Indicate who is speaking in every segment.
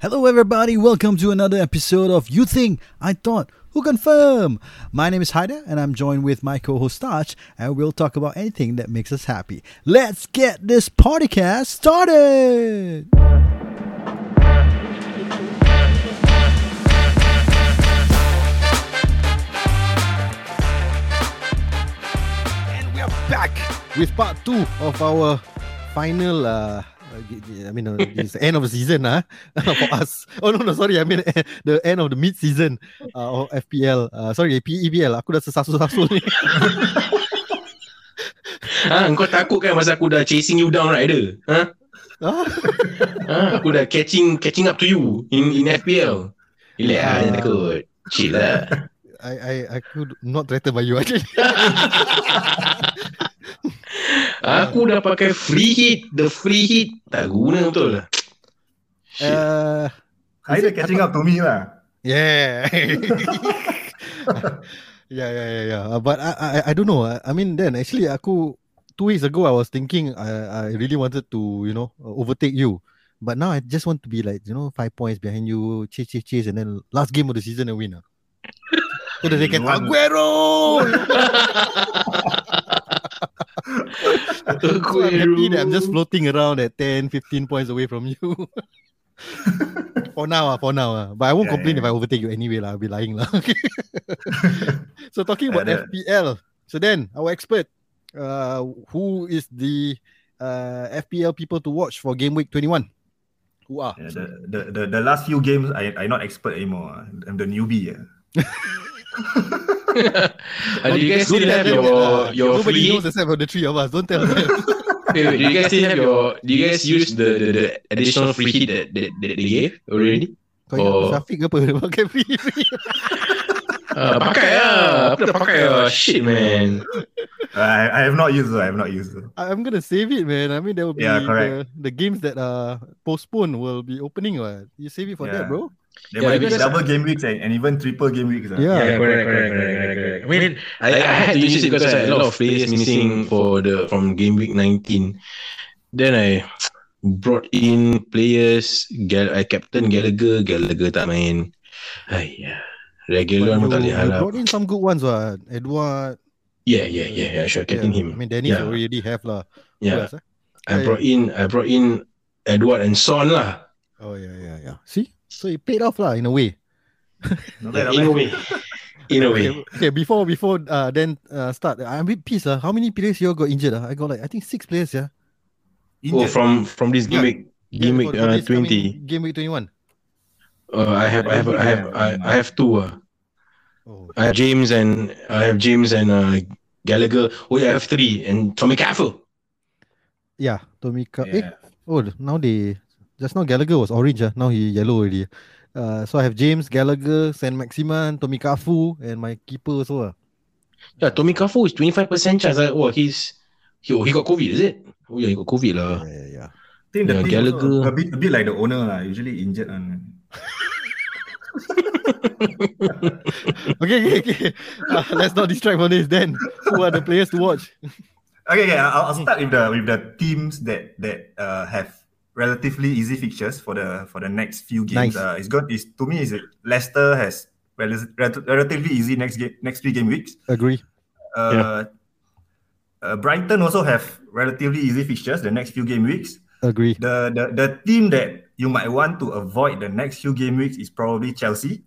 Speaker 1: Hello, everybody. Welcome to another episode of You Think I Thought Who Confirm. My name is Haider, and I'm joined with my co-host Taj, and we'll talk about anything that makes us happy. Let's get this podcast started.
Speaker 2: And we are back with part two of our final. Uh, I mean, uh, it's the end of the season, uh, for us. Oh no, no, sorry. I mean, eh, the end of the mid season uh, of FPL. Uh, sorry, PEBL. Aku dah sesasul-sasul ni.
Speaker 3: Ha, kau takut kan masa aku dah chasing you down rider? Ha?
Speaker 2: Ah,
Speaker 3: ha aku dah catching catching up to you in in FPL. Relax lah, jangan takut. Chill lah.
Speaker 2: I, I, aku not threatened by you actually.
Speaker 3: Aku dah pakai free hit, the free hit tak guna betul lah. Shit.
Speaker 2: Uh,
Speaker 4: Either catching up to me lah.
Speaker 2: Yeah. yeah, yeah, yeah, yeah. Uh, But I, I, I don't know. I, I mean, then actually, aku two weeks ago, I was thinking I, I really wanted to, you know, uh, overtake you. But now I just want to be like, you know, five points behind you, chase, chase, chase, and then last game of the season and win. ah. So that they can
Speaker 4: You want-
Speaker 2: Aguero. so I'm happy that I'm just floating around at 10, 15 points away from you. for now, ah, for now. ah. But I won't
Speaker 4: Yeah,
Speaker 2: complain
Speaker 4: yeah.
Speaker 2: if I overtake you anyway. lah. I'll be lying. lah. Okay. so talking about
Speaker 4: Yeah, that-
Speaker 2: FPL. So then our expert, uh, who is the uh, FPL people to watch for game week 21? Who are?
Speaker 4: Yeah, the, the, the, the last few games, I, I not expert anymore. ah. I'm the newbie. ah.
Speaker 3: Uh, do you guys
Speaker 2: Don't
Speaker 3: still
Speaker 2: tell
Speaker 3: have
Speaker 2: them
Speaker 3: your
Speaker 2: that, uh,
Speaker 3: your
Speaker 2: nobody
Speaker 3: free
Speaker 2: knows
Speaker 3: hit?
Speaker 2: except for the three of us. Don't tell them.
Speaker 3: Wait, wait, do you guys still have your do you guys use the the, the additional free hit that, that that they gave already?
Speaker 2: Kau ingat
Speaker 3: Oh.
Speaker 2: Syafiq ke apa? Pakai free. free.
Speaker 3: Uh, pakai lah. Aku dah pakai lah. Shit man.
Speaker 4: I, I have not used. ah, I have not used. ah.
Speaker 2: I- I'm gonna save it, man. I mean, there will be
Speaker 4: Yeah,
Speaker 2: the,
Speaker 4: correct.
Speaker 2: the games that are postponed will be opening. What you save it for that,
Speaker 4: Yeah.
Speaker 2: bro?
Speaker 4: There
Speaker 3: Yeah,
Speaker 4: might be
Speaker 3: because-
Speaker 4: double game weeks and, and even triple game weeks. ah.
Speaker 2: Yeah.
Speaker 3: Yeah, correct, correct, correct, correct, correct. I mean, I, I had to use it because I had a lot of players missing for the from game week 19. Then I brought in players. Gal, I captain Gallagher, Gallagher tak main. Ayah, regular pun
Speaker 2: But
Speaker 3: tak
Speaker 2: you,
Speaker 3: boleh
Speaker 2: you
Speaker 3: harap.
Speaker 2: brought in some good ones, what? Edward.
Speaker 3: Yeah, yeah, yeah, yeah. I should have
Speaker 2: Yeah.
Speaker 3: captain him.
Speaker 2: I mean, Dennis
Speaker 3: Yeah.
Speaker 2: already have lah. Who
Speaker 3: Yeah,
Speaker 2: else, eh?
Speaker 3: I brought in, I brought in Edward and Son lah.
Speaker 2: Oh yeah, yeah, yeah. See, so it paid off lah in a way.
Speaker 4: Not
Speaker 3: Yeah,
Speaker 4: bad, not
Speaker 3: in
Speaker 4: bad.
Speaker 3: a way, in a way.
Speaker 2: Okay, okay, before before uh, then uh, start, I'm a bit pissed lah. How many players you all got injured? ah? I got like I think six players. Yeah,
Speaker 3: Oh,
Speaker 4: Injured.
Speaker 3: from from this game week, game
Speaker 2: Yeah,
Speaker 3: week
Speaker 2: for
Speaker 3: uh,
Speaker 2: this coming
Speaker 3: 20.
Speaker 2: Game week twenty one.
Speaker 3: Uh, I have, I have, I have, I, I have two. Uh,
Speaker 2: Oh,
Speaker 3: I have James and I have James and uh, Gallagher. Oh yeah, I have three and Tommy Caffell.
Speaker 2: yeah, Tomika. Eh,
Speaker 4: Yeah.
Speaker 2: Oh, now they just now Gallagher was orange. ah. Now he yellow already. Uh, so I have James Gallagher, San Maximan, Tommy Kafu, and my keeper also. ah.
Speaker 3: Yeah, Tommy Caffell is twenty five percent chance. Like, oh, he's he, oh, he got COVID, is it? Oh yeah, he got COVID lah.
Speaker 2: Yeah, yeah, yeah.
Speaker 4: I think the
Speaker 3: Yeah,
Speaker 4: team
Speaker 3: Gallagher.
Speaker 4: also a bit a bit like the owner lah. Usually injured on.
Speaker 2: Okay, okay, okay. Uh, let's not distract from this. Then who are the players to watch?
Speaker 4: Okay, yeah. I'll, I'll start with the with the teams that that uh, have relatively easy fixtures for the for the next few
Speaker 2: Nice.
Speaker 4: games. Uh, it's good. It's to me is Leicester has rel- rel- relatively easy next game next three game weeks.
Speaker 2: Agree.
Speaker 4: Uh, uh, Brighton also have relatively easy fixtures the next few game weeks.
Speaker 2: Agree.
Speaker 4: The, the the team that you might want to avoid the next few game weeks is probably Chelsea.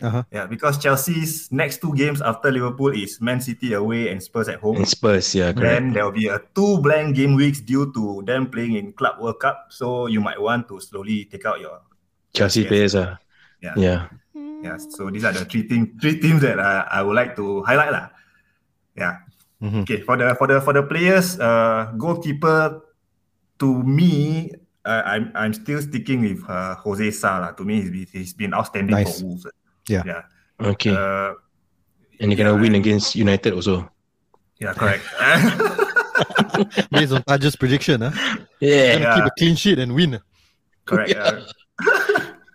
Speaker 2: Uh-huh.
Speaker 4: Yeah, because Chelsea's next two games after Liverpool is Man City away and Spurs at home.
Speaker 3: And Spurs, yeah, correct.
Speaker 4: Then there will be a two blank game weeks due to them playing in Club World Cup. So you might want to slowly take out your
Speaker 3: Chelsea
Speaker 4: Yes.
Speaker 3: players, ah.
Speaker 4: Yeah.
Speaker 3: yeah.
Speaker 4: yeah. So these are the three team three teams that uh, I would like to highlight lah. Yeah.
Speaker 2: Mhm.
Speaker 4: Okay, for the for the for the players, uh, goalkeeper. To me, uh, I'm I'm still sticking with uh, Jose Sala. To me, he's been, he's been outstanding
Speaker 2: Nice.
Speaker 4: for Wolves.
Speaker 2: Yeah.
Speaker 4: yeah,
Speaker 3: Okay,
Speaker 4: uh,
Speaker 3: and you're gonna
Speaker 4: yeah.
Speaker 3: win against United also.
Speaker 4: yeah, correct.
Speaker 2: Based on Taj's prediction, huh?
Speaker 3: Yeah,
Speaker 2: Gonna
Speaker 4: Yeah.
Speaker 2: keep a clean sheet and win.
Speaker 4: correct. Uh,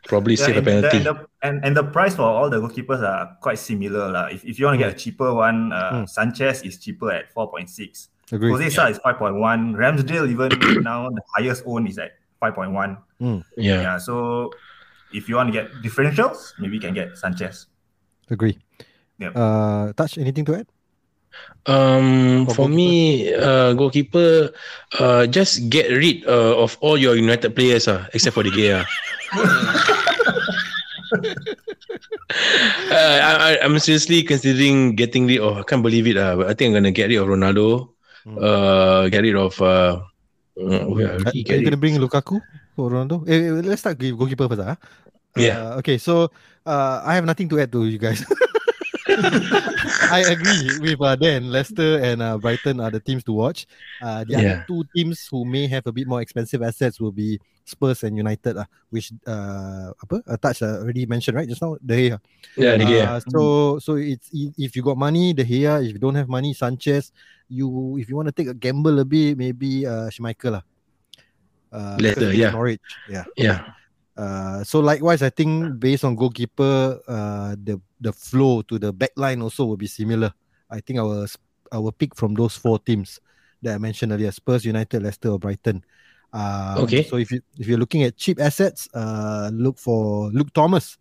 Speaker 3: probably
Speaker 4: yeah,
Speaker 3: save a
Speaker 4: and, the,
Speaker 3: penalty.
Speaker 4: and, the, and and the price for all the goalkeepers are quite similar lah. If, if you want to get a cheaper one,
Speaker 2: Mm.
Speaker 4: uh, Sanchez is cheaper at four point six.
Speaker 2: Agree.
Speaker 4: Jose Sala is five point one. Ramsdale even now the highest own is at five point one.
Speaker 3: yeah.
Speaker 4: Yeah, so If you want to get differentials, maybe you can get Sanchez.
Speaker 2: Agree.
Speaker 4: Yep.
Speaker 2: Uh, touch anything to add?
Speaker 3: Um,
Speaker 2: For
Speaker 3: for me, uh, goalkeeper, uh, just get rid uh, of all your United players ah, except for the Gea. ah. uh, I, I, I'm seriously considering getting rid of. I can't believe it. Uh, but I think I'm gonna get rid of Ronaldo.
Speaker 2: Hmm.
Speaker 3: Uh, get rid of. Uh, uh, who
Speaker 2: Are,
Speaker 3: I already
Speaker 2: are
Speaker 3: get
Speaker 2: you
Speaker 3: rid-
Speaker 2: gonna Eh, bring Lukaku or Ronaldo? Eh, eh, let's start with goalkeeper first. Ah,
Speaker 3: Yeah.
Speaker 2: Uh, okay, so uh, I have nothing to add to you guys. I agree with uh, Dan. Leicester and uh, Brighton are the teams to watch. Uh, the other two teams who may have a bit more expensive assets will be Spurs and United, uh, which uh, apa? Uh, touch uh, already mentioned right just now. The Gea.
Speaker 3: yeah, the Gea.
Speaker 2: Uh, so so it's i- if you got money, De Gea. If you don't have money, Sanchez. You if you want to take a gamble a bit, maybe uh, Schmeichel lah. Uh,
Speaker 3: Leicester,
Speaker 2: because he's
Speaker 3: yeah.
Speaker 2: Norwich, yeah.
Speaker 3: yeah.
Speaker 2: Uh, so likewise, I think based on goalkeeper, uh, the the flow to the back line also will be similar. I think our s- our pick from those four teams that I mentioned earlier: Spurs, United, Leicester, or Brighton. Uh,
Speaker 3: Okay.
Speaker 2: So if you if you're looking at cheap assets, uh, look for Luke Thomas,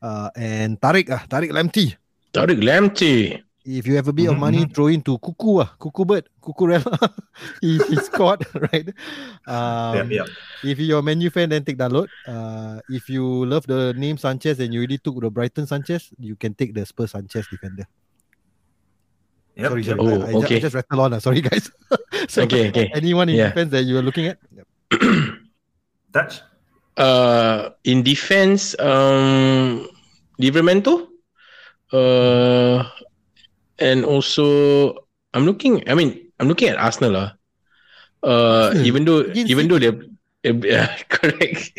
Speaker 2: uh, and Tariq ah Tariq Lamptey.
Speaker 3: Tariq Lamptey.
Speaker 2: If you have a bit of
Speaker 4: Mhm,
Speaker 2: money, throw into Kuku ah Kuku Bird, Kukurela. he he scored right.
Speaker 4: Yeah,
Speaker 2: Um,
Speaker 4: yeah.
Speaker 2: if you're a Menu fan, then take download. Uh, if you love the name Sanchez and you already took the Brighton Sanchez, you can take the Spurs Sanchez defender.
Speaker 4: Yep,
Speaker 2: sorry,
Speaker 4: yep.
Speaker 2: sorry.
Speaker 3: Oh,
Speaker 2: I, I ju- I
Speaker 3: okay.
Speaker 2: just rattle on. Uh, sorry, guys. so,
Speaker 3: Okay, okay.
Speaker 2: Anyone in
Speaker 3: Yeah.
Speaker 2: defense that you are looking at? Yep.
Speaker 4: Touch.
Speaker 3: Uh, in defense, um, Livramento, uh, and also I'm looking. I mean, I'm looking at Arsenal. lah. Uh,
Speaker 2: Arsenal?
Speaker 3: even though
Speaker 2: Against
Speaker 3: even though they're eh, yeah, correct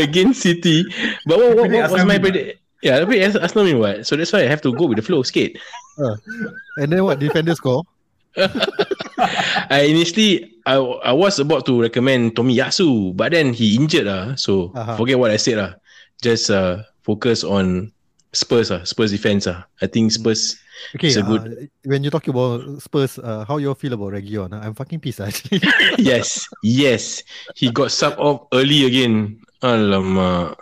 Speaker 3: against City, but what, what,
Speaker 4: Predict
Speaker 3: what was
Speaker 4: Arsenal
Speaker 3: my
Speaker 4: win, ah.
Speaker 3: predict? Yeah, tapi Ars- Arsenal mean what? So that's why I have to go with the flow skate.
Speaker 2: And then what defender score?
Speaker 3: I initially I, I was about to recommend Tomiyasu, but then he injured lah. So
Speaker 2: Aha.
Speaker 3: forget what I said lah. Just uh, focus on Spurs ah, Spurs defense ah. I think
Speaker 2: Hmm.
Speaker 3: Spurs.
Speaker 2: Okay,
Speaker 3: It's a good-
Speaker 2: uh, when you talk about Spurs, uh, how you all feel about Region? I'm fucking pissed actually.
Speaker 3: yes, yes. He got sub off early again. Alamak.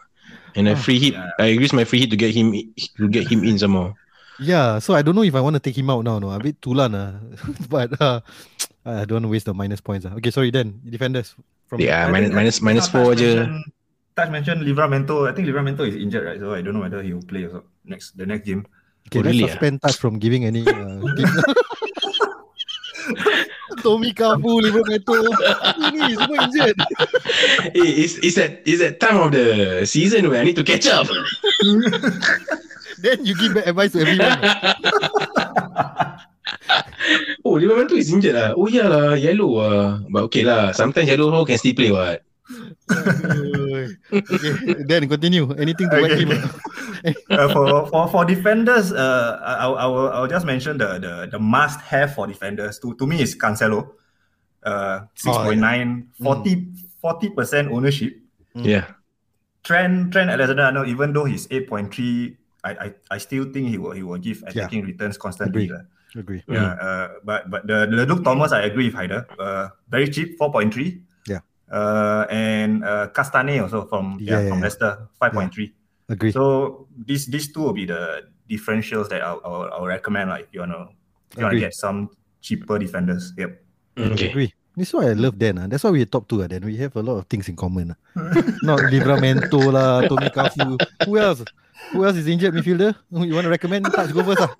Speaker 3: And
Speaker 2: Ah.
Speaker 3: I free hit. I used my free hit to get him to get him in somehow.
Speaker 2: yeah, so I don't know if I want to take him out now. No, a bit tulan ah. but uh, I don't want to waste the minus points. ah. Okay, sorry then defenders from
Speaker 3: Yeah,
Speaker 4: I
Speaker 3: minus
Speaker 4: think-
Speaker 3: minus minus
Speaker 4: Touch
Speaker 3: four je.
Speaker 4: mentioned- Touch mentioned Livramento. I think Livramento is injured, right? So I don't know whether he will play also next the next game.
Speaker 2: Okay,
Speaker 3: Oh,
Speaker 2: let's
Speaker 3: really, ah?
Speaker 2: suspend Taj from giving any uh, tip. Tommy Kafu, Liverpool Ini semua injured
Speaker 3: Eh, It's it's that it's that time of the season where I need to catch up.
Speaker 2: Then you give back advice to everyone ah.
Speaker 3: oh, Liverpool is injured lah. Oh yeah lah, yellow lah. But okay lah, sometimes yellow also can still play what.
Speaker 2: okay, Then continue Anything to whack
Speaker 4: Okay,
Speaker 2: him
Speaker 4: okay. Uh, for, for for defenders, uh, I, I, I will, I will just mention the the, the must have for defenders. To to me is Cancelo,
Speaker 3: Oh,
Speaker 4: uh, six point nine,
Speaker 3: Mm.
Speaker 2: Oh,
Speaker 4: 40 percent ownership.
Speaker 3: Yeah.
Speaker 4: Trent Trent Alexander Arnold, even though he's eight point three, I, I I still think he will he will give attacking returns constantly.
Speaker 2: Agree.
Speaker 4: lah.
Speaker 2: Agree
Speaker 3: Mm.
Speaker 4: Yeah, uh, but but the, the Luke Thomas, I agree with Haider. Uh, very cheap, four point three.
Speaker 2: Yeah.
Speaker 4: Uh, and uh, Castane also from yeah,
Speaker 2: Yeah, yeah,
Speaker 4: from
Speaker 2: yeah.
Speaker 4: Leicester, five point three.
Speaker 2: Agree
Speaker 4: So these these two will be the differentials that I'll, I'll, I'll recommend. Like if you wanna if you wanna
Speaker 2: Agree.
Speaker 4: get some cheaper defenders. Yep.
Speaker 3: Okay.
Speaker 2: Agree This is why I love Dan ah. That's why we top two ah, Dan We have a lot of things in common ah. Not Livramento lah Tommy Kafu Who else? Who else is injured midfielder? Who You want to recommend? ah? Touch go first lah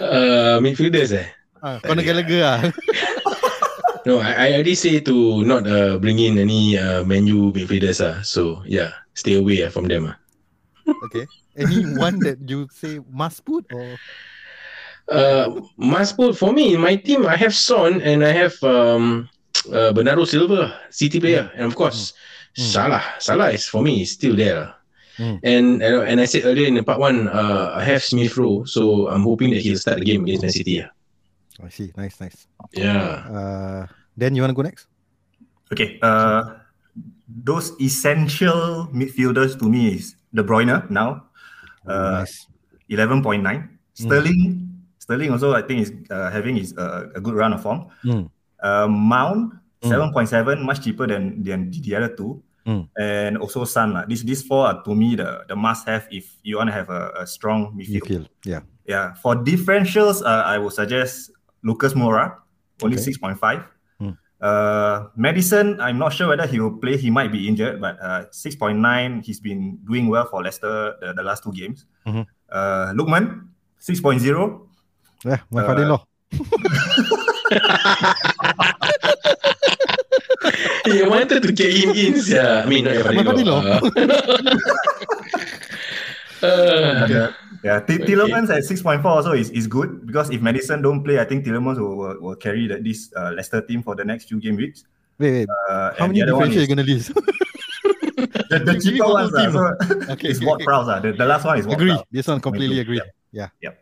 Speaker 3: Uh, midfielders eh.
Speaker 2: ah, Conor Gallagher lah
Speaker 3: No, I, I already say to not uh, bring in any uh, menu midfielders ah. So yeah, stay away ah, from them ah.
Speaker 2: Okay. Any one that you say must put or
Speaker 3: Uh, must put for me in my team. I have Son and I have um, uh, Bernardo Silva, City player, and of course
Speaker 2: Mm. Mm.
Speaker 3: Salah. Salah is for me is still there. ah.
Speaker 2: Mm.
Speaker 3: And and and I said earlier in the part one, uh, I have Smith Rowe, so I'm hoping that he'll start the game against Man City. ah.
Speaker 2: I see. Nice, nice.
Speaker 3: Yeah.
Speaker 2: Uh then you wanna go next?
Speaker 4: Okay. Uh, those essential midfielders to me is De Bruyne now, uh,
Speaker 2: nice.
Speaker 4: eleven point nine.
Speaker 2: Mm-hmm.
Speaker 4: Sterling, Sterling also I think is uh, having his uh, a good run of form.
Speaker 2: Mm,
Speaker 4: Uh, Mount
Speaker 2: Mm.
Speaker 4: seven point seven, much cheaper than than the other two.
Speaker 2: mm, Mm.
Speaker 4: and also Sun. lah. These these four are to me the the must have if you want to have a, a strong midfield.
Speaker 2: Midfield. Yeah.
Speaker 4: Yeah, for differentials, uh, I would suggest Lucas Moura, only
Speaker 2: Okay.
Speaker 4: six point five.
Speaker 2: Hmm.
Speaker 4: Uh, Madison, I'm not sure whether he will play. He might be injured, but uh, six point nine. He's been doing well for Leicester the, the last two games.
Speaker 2: Mhm.
Speaker 4: Uh, Lukman, six point zero.
Speaker 2: Yeah. My
Speaker 4: Uh,
Speaker 2: father-in-law.
Speaker 3: He wanted to get him in, yeah. I mean, not your
Speaker 2: My
Speaker 3: father-in-law. Uh,
Speaker 4: Yeah, yeah. T-
Speaker 3: Okay.
Speaker 4: Tillemans at six point four also is, is good because if Madison don't play, I think Tillemans will, will, will carry the, this uh, Leicester team for the next few game weeks.
Speaker 2: Wait, wait.
Speaker 4: Uh,
Speaker 2: How
Speaker 4: and
Speaker 2: many
Speaker 4: the other
Speaker 2: differentials are
Speaker 4: one
Speaker 2: you
Speaker 4: is,
Speaker 2: gonna list?
Speaker 4: the, the
Speaker 2: you give me
Speaker 4: cheaper
Speaker 2: all
Speaker 4: ones
Speaker 2: those
Speaker 4: ah,
Speaker 2: team,
Speaker 4: so
Speaker 2: okay.
Speaker 4: is what Prowse. ah. The, the last one is what
Speaker 2: Agree.
Speaker 4: Prowse.
Speaker 2: This one completely agree. Yeah.
Speaker 4: Yep.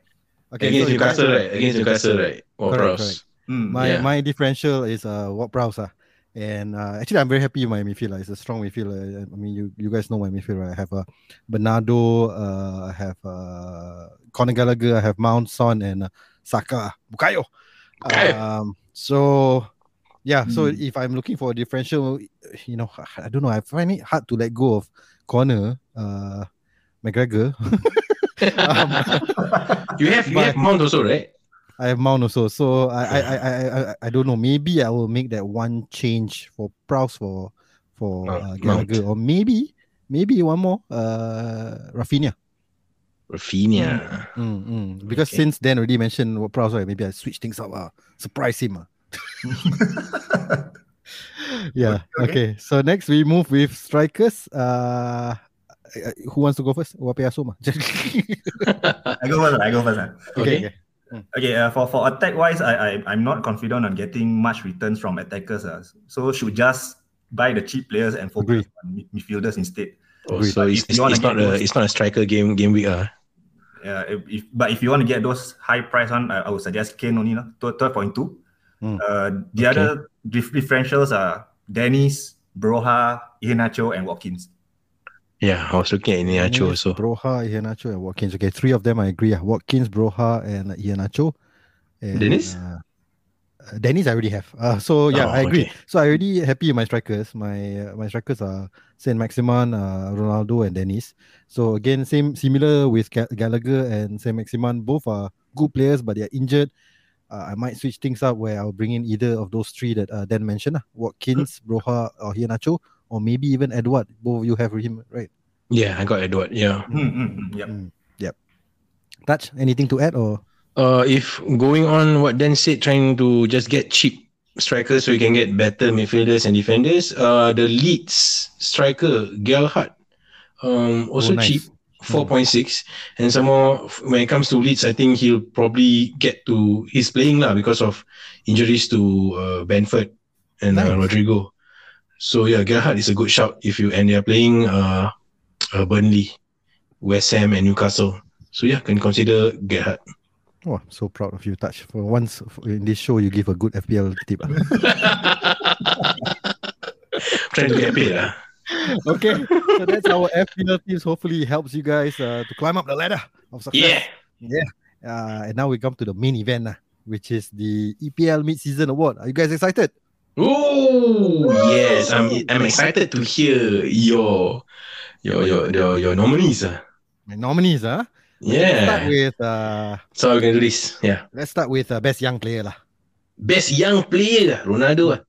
Speaker 2: Okay.
Speaker 3: against
Speaker 2: so you guys-
Speaker 3: Newcastle, right? Against Newcastle, right? Or
Speaker 2: Correct,
Speaker 3: Prowse.
Speaker 2: correct.
Speaker 4: Mm.
Speaker 2: My
Speaker 3: Yeah.
Speaker 2: my differential is uh what browse ah. And uh, actually, I'm very happy with my midfield. lah. It's a strong midfield. lah. I mean, you, you guys know my midfield, right? I have uh, Bernardo, uh, I have uh, Conor Gallagher, I have Mount, Son, and uh, Saka. Bukayo.
Speaker 3: Bukayo. Mm.
Speaker 2: Um, so, yeah. So,
Speaker 4: Hmm.
Speaker 2: if I'm looking for a differential, you know, I don't know. I find it hard to let go of Conor uh, McGregor. Um,
Speaker 3: You have you
Speaker 2: But-
Speaker 3: have Mount also, right?
Speaker 2: I have Mount also. So I I, I, I, I I don't know. Maybe I will make that one change for Prowse for for
Speaker 3: Mount,
Speaker 2: uh, Gallagher or maybe maybe one more uh Rafinha.
Speaker 3: Rafinha.
Speaker 2: Mm, mm. Because
Speaker 3: Okay.
Speaker 2: since then already mentioned what Prowse right, maybe I switch things up. Uh, surprise him. ah. yeah. Okay.
Speaker 4: Okay,
Speaker 2: So next we move with strikers. Uh, uh, who wants to go first? Wapiaso mah. okay.
Speaker 4: I go first. ah, I go first. ah.
Speaker 2: okay.
Speaker 4: Okay, uh, for for attack wise, I, I I'm not confident on getting much returns from attackers. Uh. So should just buy the cheap players and focus
Speaker 2: Agree.
Speaker 4: on mid- midfielders instead.
Speaker 3: Oh, so
Speaker 4: But
Speaker 3: it's,
Speaker 4: if
Speaker 3: it's,
Speaker 4: you wanna
Speaker 3: it's not
Speaker 4: get
Speaker 3: a
Speaker 4: those-
Speaker 3: it's not a striker game game week ah.
Speaker 4: Uh, if- if, but if you want to get those high price one, I, I would suggest Kane only, no? 12.2.
Speaker 2: Mm.
Speaker 4: Uh, the other dif- differentials are Dennis, Broha, Iheanacho, and Watkins.
Speaker 3: Yeah, I was looking at Niacho also.
Speaker 2: Broha, Iheanacho, and Watkins. Okay, three of them I agree. ah. Watkins, Broha, and Iheanacho. And,
Speaker 3: Dennis?
Speaker 2: Uh, uh, Dennis, I already have. Uh, so yeah,
Speaker 3: Oh,
Speaker 2: I agree.
Speaker 3: okay.
Speaker 2: So I already happy with my strikers. My uh, my strikers are Saint Maximan, uh, Ronaldo, and Dennis. So again, same similar with Ga- Gallagher and Saint Maximan. Both are good players, but they are injured. Uh, I might switch things up where I'll bring in either of those three that uh, Dan mentioned, ah, Watkins,
Speaker 3: Hmm.
Speaker 2: Broha, or Hianacho, or maybe even Edward. Both of you have him, right?
Speaker 3: Yeah, I got Edward. Yeah.
Speaker 4: Mm, mm, mm, yep.
Speaker 2: Touch anything to add or
Speaker 3: Uh, if going on what Dan said, trying to just get cheap strikers so you can get better midfielders and defenders. Uh, the Leeds striker Gerhard, um, also
Speaker 2: Oh, nice.
Speaker 3: cheap, four point six, and some more. f- When it comes to Leeds, I think he'll probably get to he's playing lah because of injuries to uh, Benford and
Speaker 2: Nice.
Speaker 3: uh, Rodrigo. So yeah, Gerhard is a good shout if you and they're playing uh, uh Burnley, West Ham and Newcastle. So yeah, can consider Gerhard.
Speaker 2: Oh, I'm so proud of you, Touch. For once f- in this show, you give a good FPL tip. ah.
Speaker 3: Trying to get paid ah. lah.
Speaker 2: okay, so that's our FPL tips. Hopefully, it helps you guys uh, to climb up the ladder of
Speaker 3: Yeah.
Speaker 2: success. Uh, and now we come to the main event, lah, which is the EPL Mid-Season Award. Are you guys excited?
Speaker 3: Ooh, yes. I'm I'm excited to hear your your your your, your nominees. ah.
Speaker 2: My nominees, huh? Let's start
Speaker 3: Yeah.
Speaker 2: with uh,
Speaker 3: So we can do this. Yeah.
Speaker 2: let's start with uh, best young player, lah.
Speaker 3: Best young player lah, Ronaldo. ah.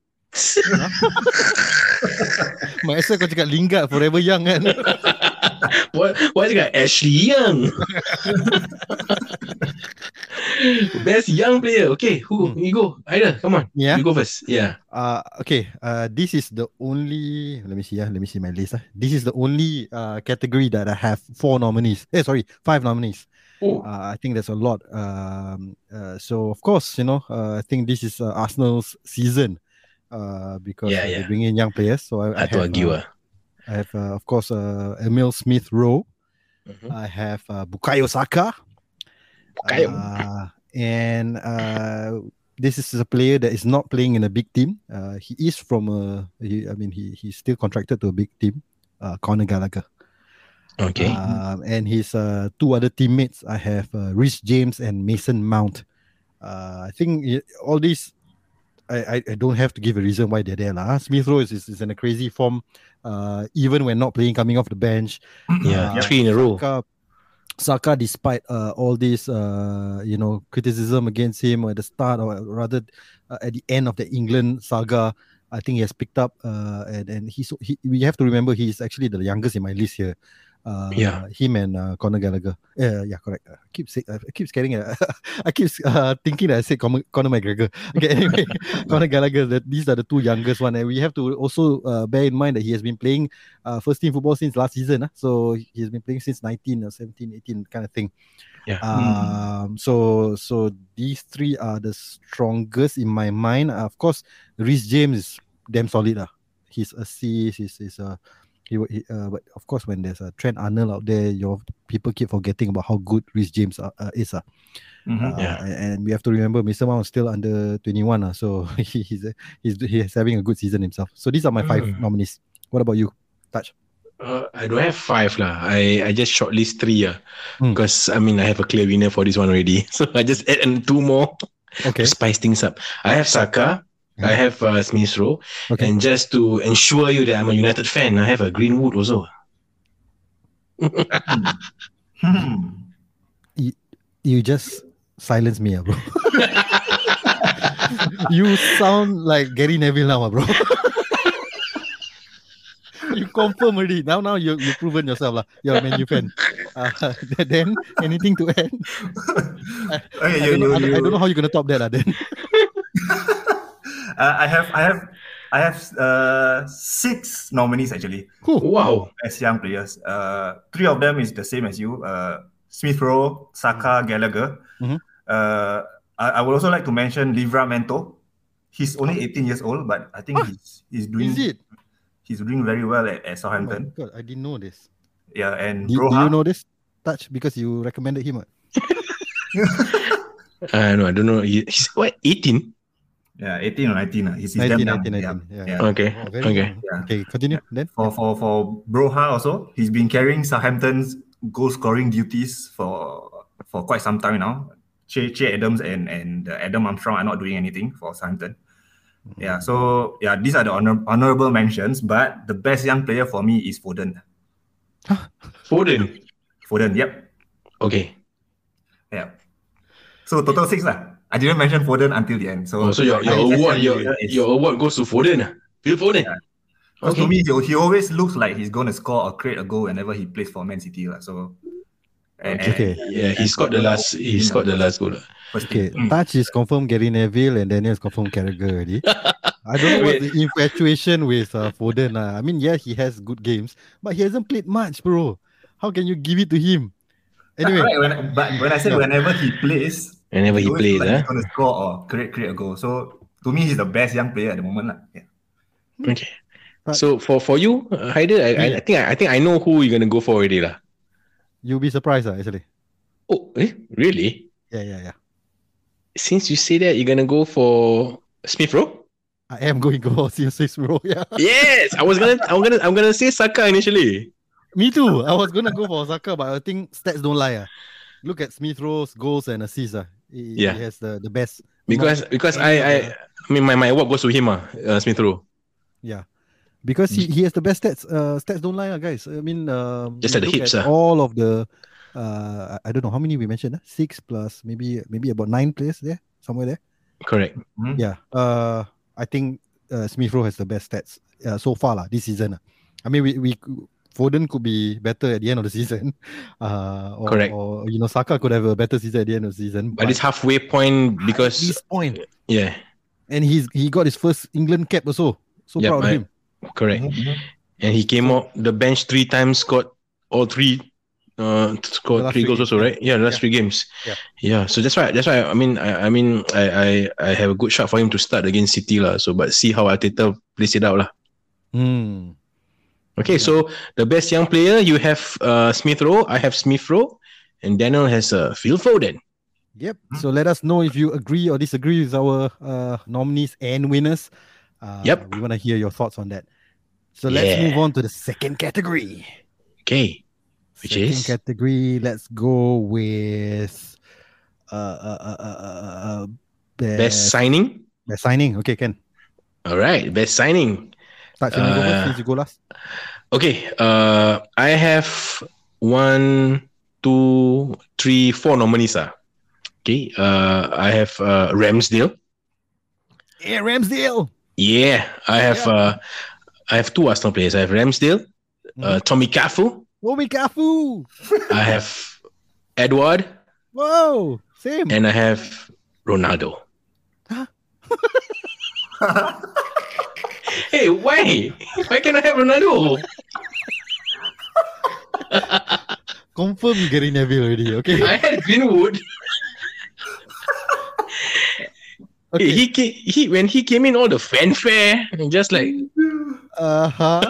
Speaker 2: Might as well kau cakap Lingard forever young kan?
Speaker 3: what what got Ashley Young? Best young player. Okay, who you go? Ida, come on.
Speaker 2: yeah.
Speaker 3: You go first. Yeah.
Speaker 2: Uh, okay. Uh, this is the only. Let me see. Yeah. Let me see my list. ah. This is the only uh category that I have four nominees. Eh, sorry, five nominees.
Speaker 3: Oh,
Speaker 2: Uh, I think there's a lot. Um, uh, so of course, you know, uh, I think this is uh, Arsenal's season uh, because
Speaker 3: Yeah,
Speaker 2: uh, they
Speaker 3: yeah.
Speaker 2: bring in young players. So I, I
Speaker 3: I
Speaker 2: have,
Speaker 3: thought you
Speaker 2: uh,
Speaker 3: were.
Speaker 2: I have uh, of course, uh, Emil Smith Rowe. I have uh, Bukayo Saka.
Speaker 3: Bukayo.
Speaker 2: Uh, and uh, this is a player that is not playing in a big team. Uh, he is from a. He, I mean, he he's still contracted to a big team. Uh, Conor Gallagher.
Speaker 3: Okay.
Speaker 2: Um, and his uh, two other teammates, I have uh, Rich James and Mason Mount. Uh, I think it- all these I, I, I don't have to give a reason why they're there. Lah. Smith Rowe is, is, is in a crazy form, uh, even when not playing, coming off the bench.
Speaker 3: Yeah,
Speaker 2: Uh,
Speaker 3: three in a row.
Speaker 2: Saka, Saka despite uh, all this, uh, you know, criticism against him at the start, or rather uh, at the end of the England saga, I think he has picked up. Uh, and and he's, he, we have to remember he is actually the youngest in my list here. Uh,
Speaker 3: Yeah.
Speaker 2: him and uh, Conor Gallagher. Yeah, yeah, correct. I keep say, I keep scaring. Uh, I keep uh, thinking that I said Conor, Conor McGregor. Okay, anyway, Conor Gallagher. That these are the two youngest one, and we have to also uh, bear in mind that he has been playing uh, first team football since last season. ah. So he's been playing since 19 or 17, 18 kind of thing.
Speaker 3: Yeah.
Speaker 2: Um, so so these three are the strongest in my mind. Uh, of course, Reece James is damn solid. Uh. His assist, his, his uh, he, wa- he, uh, but of course, when there's a Trent Arnold out there, your people keep forgetting about how good Reece James uh, uh, is. ah.
Speaker 4: Mhm.
Speaker 2: Uh,
Speaker 3: Yeah.
Speaker 2: and- And we have to remember Mr. Mount is still under 21. ah, so he, he's, he's, he's having a good season himself. So these are my five
Speaker 3: Mm.
Speaker 2: nominees. What about you?
Speaker 3: Uh, I don't have five lah. I, I just shortlist three ah.
Speaker 2: Mm.
Speaker 3: Because I mean I have a clear winner for this one already. So I just add and two more
Speaker 2: Okay.
Speaker 3: to spice things up. I have Saka. I have uh, Smith Rowe.
Speaker 2: Okay.
Speaker 3: And just to ensure you that I'm a United fan, I have a Greenwood also.
Speaker 4: Hmm.
Speaker 2: you just silence me, ah, bro. you sound like Gary Neville now, ah, bro. you confirm already. Now, now you you proven yourself, lah. You're a Man U fan. Uh, then anything to add? I,
Speaker 4: Okay, you,
Speaker 2: don't know,
Speaker 4: you,
Speaker 2: I, don't, I
Speaker 4: you-
Speaker 2: don't know how you're gonna top that, lah. Then
Speaker 4: Uh, I have I have I have uh, six nominees actually
Speaker 2: who?
Speaker 3: wow.
Speaker 4: as young players. Uh, three of them is the same as you: uh, Smith Rowe, Saka, Gallagher.
Speaker 2: Mhm.
Speaker 4: Uh, I, I would also like to mention Livramento. He's only 18 years old, but I think he's he's
Speaker 2: Oh.
Speaker 4: doing
Speaker 2: Is it?
Speaker 4: he's doing very well at,
Speaker 2: Oh my
Speaker 4: at Southampton.
Speaker 2: God, I didn't know this.
Speaker 4: Yeah, and
Speaker 2: Do, do
Speaker 4: Broha.
Speaker 2: you know this? Touch because you recommended him. ah.
Speaker 3: I know. Uh, I don't know. He- He's what 18?
Speaker 4: yeah, 18 or 19. ah. He's,
Speaker 2: 19,
Speaker 4: he's damn young.
Speaker 2: 19,
Speaker 4: yeah.
Speaker 2: 19. Yeah.
Speaker 4: Yeah.
Speaker 3: Okay.
Speaker 2: Oh, very
Speaker 3: okay.
Speaker 2: young.
Speaker 4: Yeah.
Speaker 2: Okay. Continue. Then.
Speaker 4: For for for Broha also, he's been carrying Southampton's goal scoring duties for for quite some time now. Che, che Adams and and uh, Adam Armstrong are not doing anything for Southampton. Yeah, so yeah, these are the honor, honorable mentions. But the best young player for me is Foden.
Speaker 3: Foden.
Speaker 4: Foden, yep,
Speaker 3: Okay.
Speaker 4: yeah. So total six lah. I didn't mention Foden until the end.
Speaker 3: Oh,
Speaker 4: So,
Speaker 3: so your, your
Speaker 4: I- I-
Speaker 3: award your,
Speaker 4: is-
Speaker 3: your award goes to Foden. ah? Phil Foden.
Speaker 4: Yeah. 'cause
Speaker 3: Okay.
Speaker 4: to me, he, he always looks like he's gonna score or create a goal whenever he plays for Man City lah. So and- and-
Speaker 2: Okay.
Speaker 3: Yeah, he scored the last he scored the last goal. ah.
Speaker 4: First
Speaker 2: Okay,
Speaker 4: team.
Speaker 2: Touch is confirmed Gary Neville and Daniel is confirmed Carragher already. I don't know what the infatuation with uh, Foden. Uh. I mean, yeah, he has good games, but he hasn't played much, bro. How can you give it to him? Anyway,
Speaker 4: Right, when, but when I said whenever he plays,
Speaker 3: Whenever he
Speaker 4: always
Speaker 3: plays,
Speaker 4: like
Speaker 3: ah.
Speaker 4: he's gonna score or create create a goal. So to me, he's the best young player at the moment, lah. Yeah.
Speaker 3: Okay.
Speaker 2: But-
Speaker 3: So for for you, uh, Haider, I, I- I think I, I think I know who you're gonna go for already lah.
Speaker 2: you'll be surprised, uh, actually.
Speaker 3: Oh, eh, really?
Speaker 2: Yeah, yeah, yeah.
Speaker 3: Since you say that, you're gonna go for Smith Rowe?
Speaker 2: I am going to go see Swiss, bro. Yeah,
Speaker 3: Yes, I was gonna I'm gonna I'm gonna say Saka initially.
Speaker 2: me too. I was gonna go for Osaka, but I think stats don't lie. Uh. Look at Smith Rowe's goals and assists. Uh. He,
Speaker 3: Yeah.
Speaker 2: he has the, the best.
Speaker 3: Because because I I, I mean my, my award goes to him ah, uh, Smith Rowe.
Speaker 2: Because
Speaker 3: Mm.
Speaker 2: he, he has the best stats. Uh, stats don't lie, lah, guys. I mean, um,
Speaker 3: Just
Speaker 2: you
Speaker 3: at the
Speaker 2: look
Speaker 3: hips, ah.
Speaker 2: All of the, uh, I I don't know how many we mentioned. ah? Six plus, maybe maybe about nine players there, somewhere there.
Speaker 3: Correct.
Speaker 4: Mhm.
Speaker 2: Yeah. Uh, I think uh, Smith Rowe has the best stats uh, so far lah this season. ah. I mean, we we Foden could be better at the end of the season. Uh, or,
Speaker 3: Correct.
Speaker 2: Or you know, Saka could have a better season at the end of the season.
Speaker 3: But it's halfway point because
Speaker 2: at this point,
Speaker 3: yeah,
Speaker 2: and he's he got his first England cap also. So
Speaker 3: Yeah,
Speaker 2: proud of
Speaker 3: I-
Speaker 2: him.
Speaker 3: correct.
Speaker 4: Mm-hmm,
Speaker 3: And he came off the bench three times, scored all three, uh,
Speaker 2: The
Speaker 3: scored
Speaker 2: last three
Speaker 3: three goals
Speaker 2: games,
Speaker 3: also, right? Yeah, the last
Speaker 2: Yeah.
Speaker 3: three games.
Speaker 2: Yeah.
Speaker 3: yeah. So that's why, that's why. I mean, I, I mean, I, I, I have a good shot for him to start against City lah. So, but see how Arteta plays it out lah.
Speaker 2: Hmm.
Speaker 3: Okay, so the best young player you have uh, Smith Rowe, I have Smith Rowe, and Daniel has uh, Phil Foden.
Speaker 2: Yep.
Speaker 4: Hmm.
Speaker 2: So let us know if you agree or disagree with our uh, nominees and winners. Uh,
Speaker 3: Yep.
Speaker 2: We want to hear your thoughts on that. So let's
Speaker 3: Yeah.
Speaker 2: move on to the second category.
Speaker 3: Okay, Which
Speaker 2: second
Speaker 3: is?
Speaker 2: category. Let's go with uh, uh, uh, uh, uh, uh,
Speaker 3: best signing.
Speaker 2: Best signing. Okay, can.
Speaker 3: All right, best signing.
Speaker 2: Start Shane go first
Speaker 3: Uh,
Speaker 2: since you go last.
Speaker 3: Okay, uh, I have one, two, three, four nominees. ah. Okay, uh, I have uh, Ramsdale.
Speaker 2: Yeah, Ramsdale.
Speaker 3: Yeah, I have uh, I have two Arsenal players. I have Ramsdale, uh, Tommy Cafu.
Speaker 2: Womi Kafu.
Speaker 3: I have Edward,
Speaker 2: Wow. Same.
Speaker 3: and I have Ronaldo. Hey, why? Why can I have Ronaldo?
Speaker 2: Confirm Gary Neville already. Okay.
Speaker 3: I had Greenwood.
Speaker 2: Okay.
Speaker 3: Hey, he ca- he when he came in, all the fanfare, and just like
Speaker 2: Uh huh.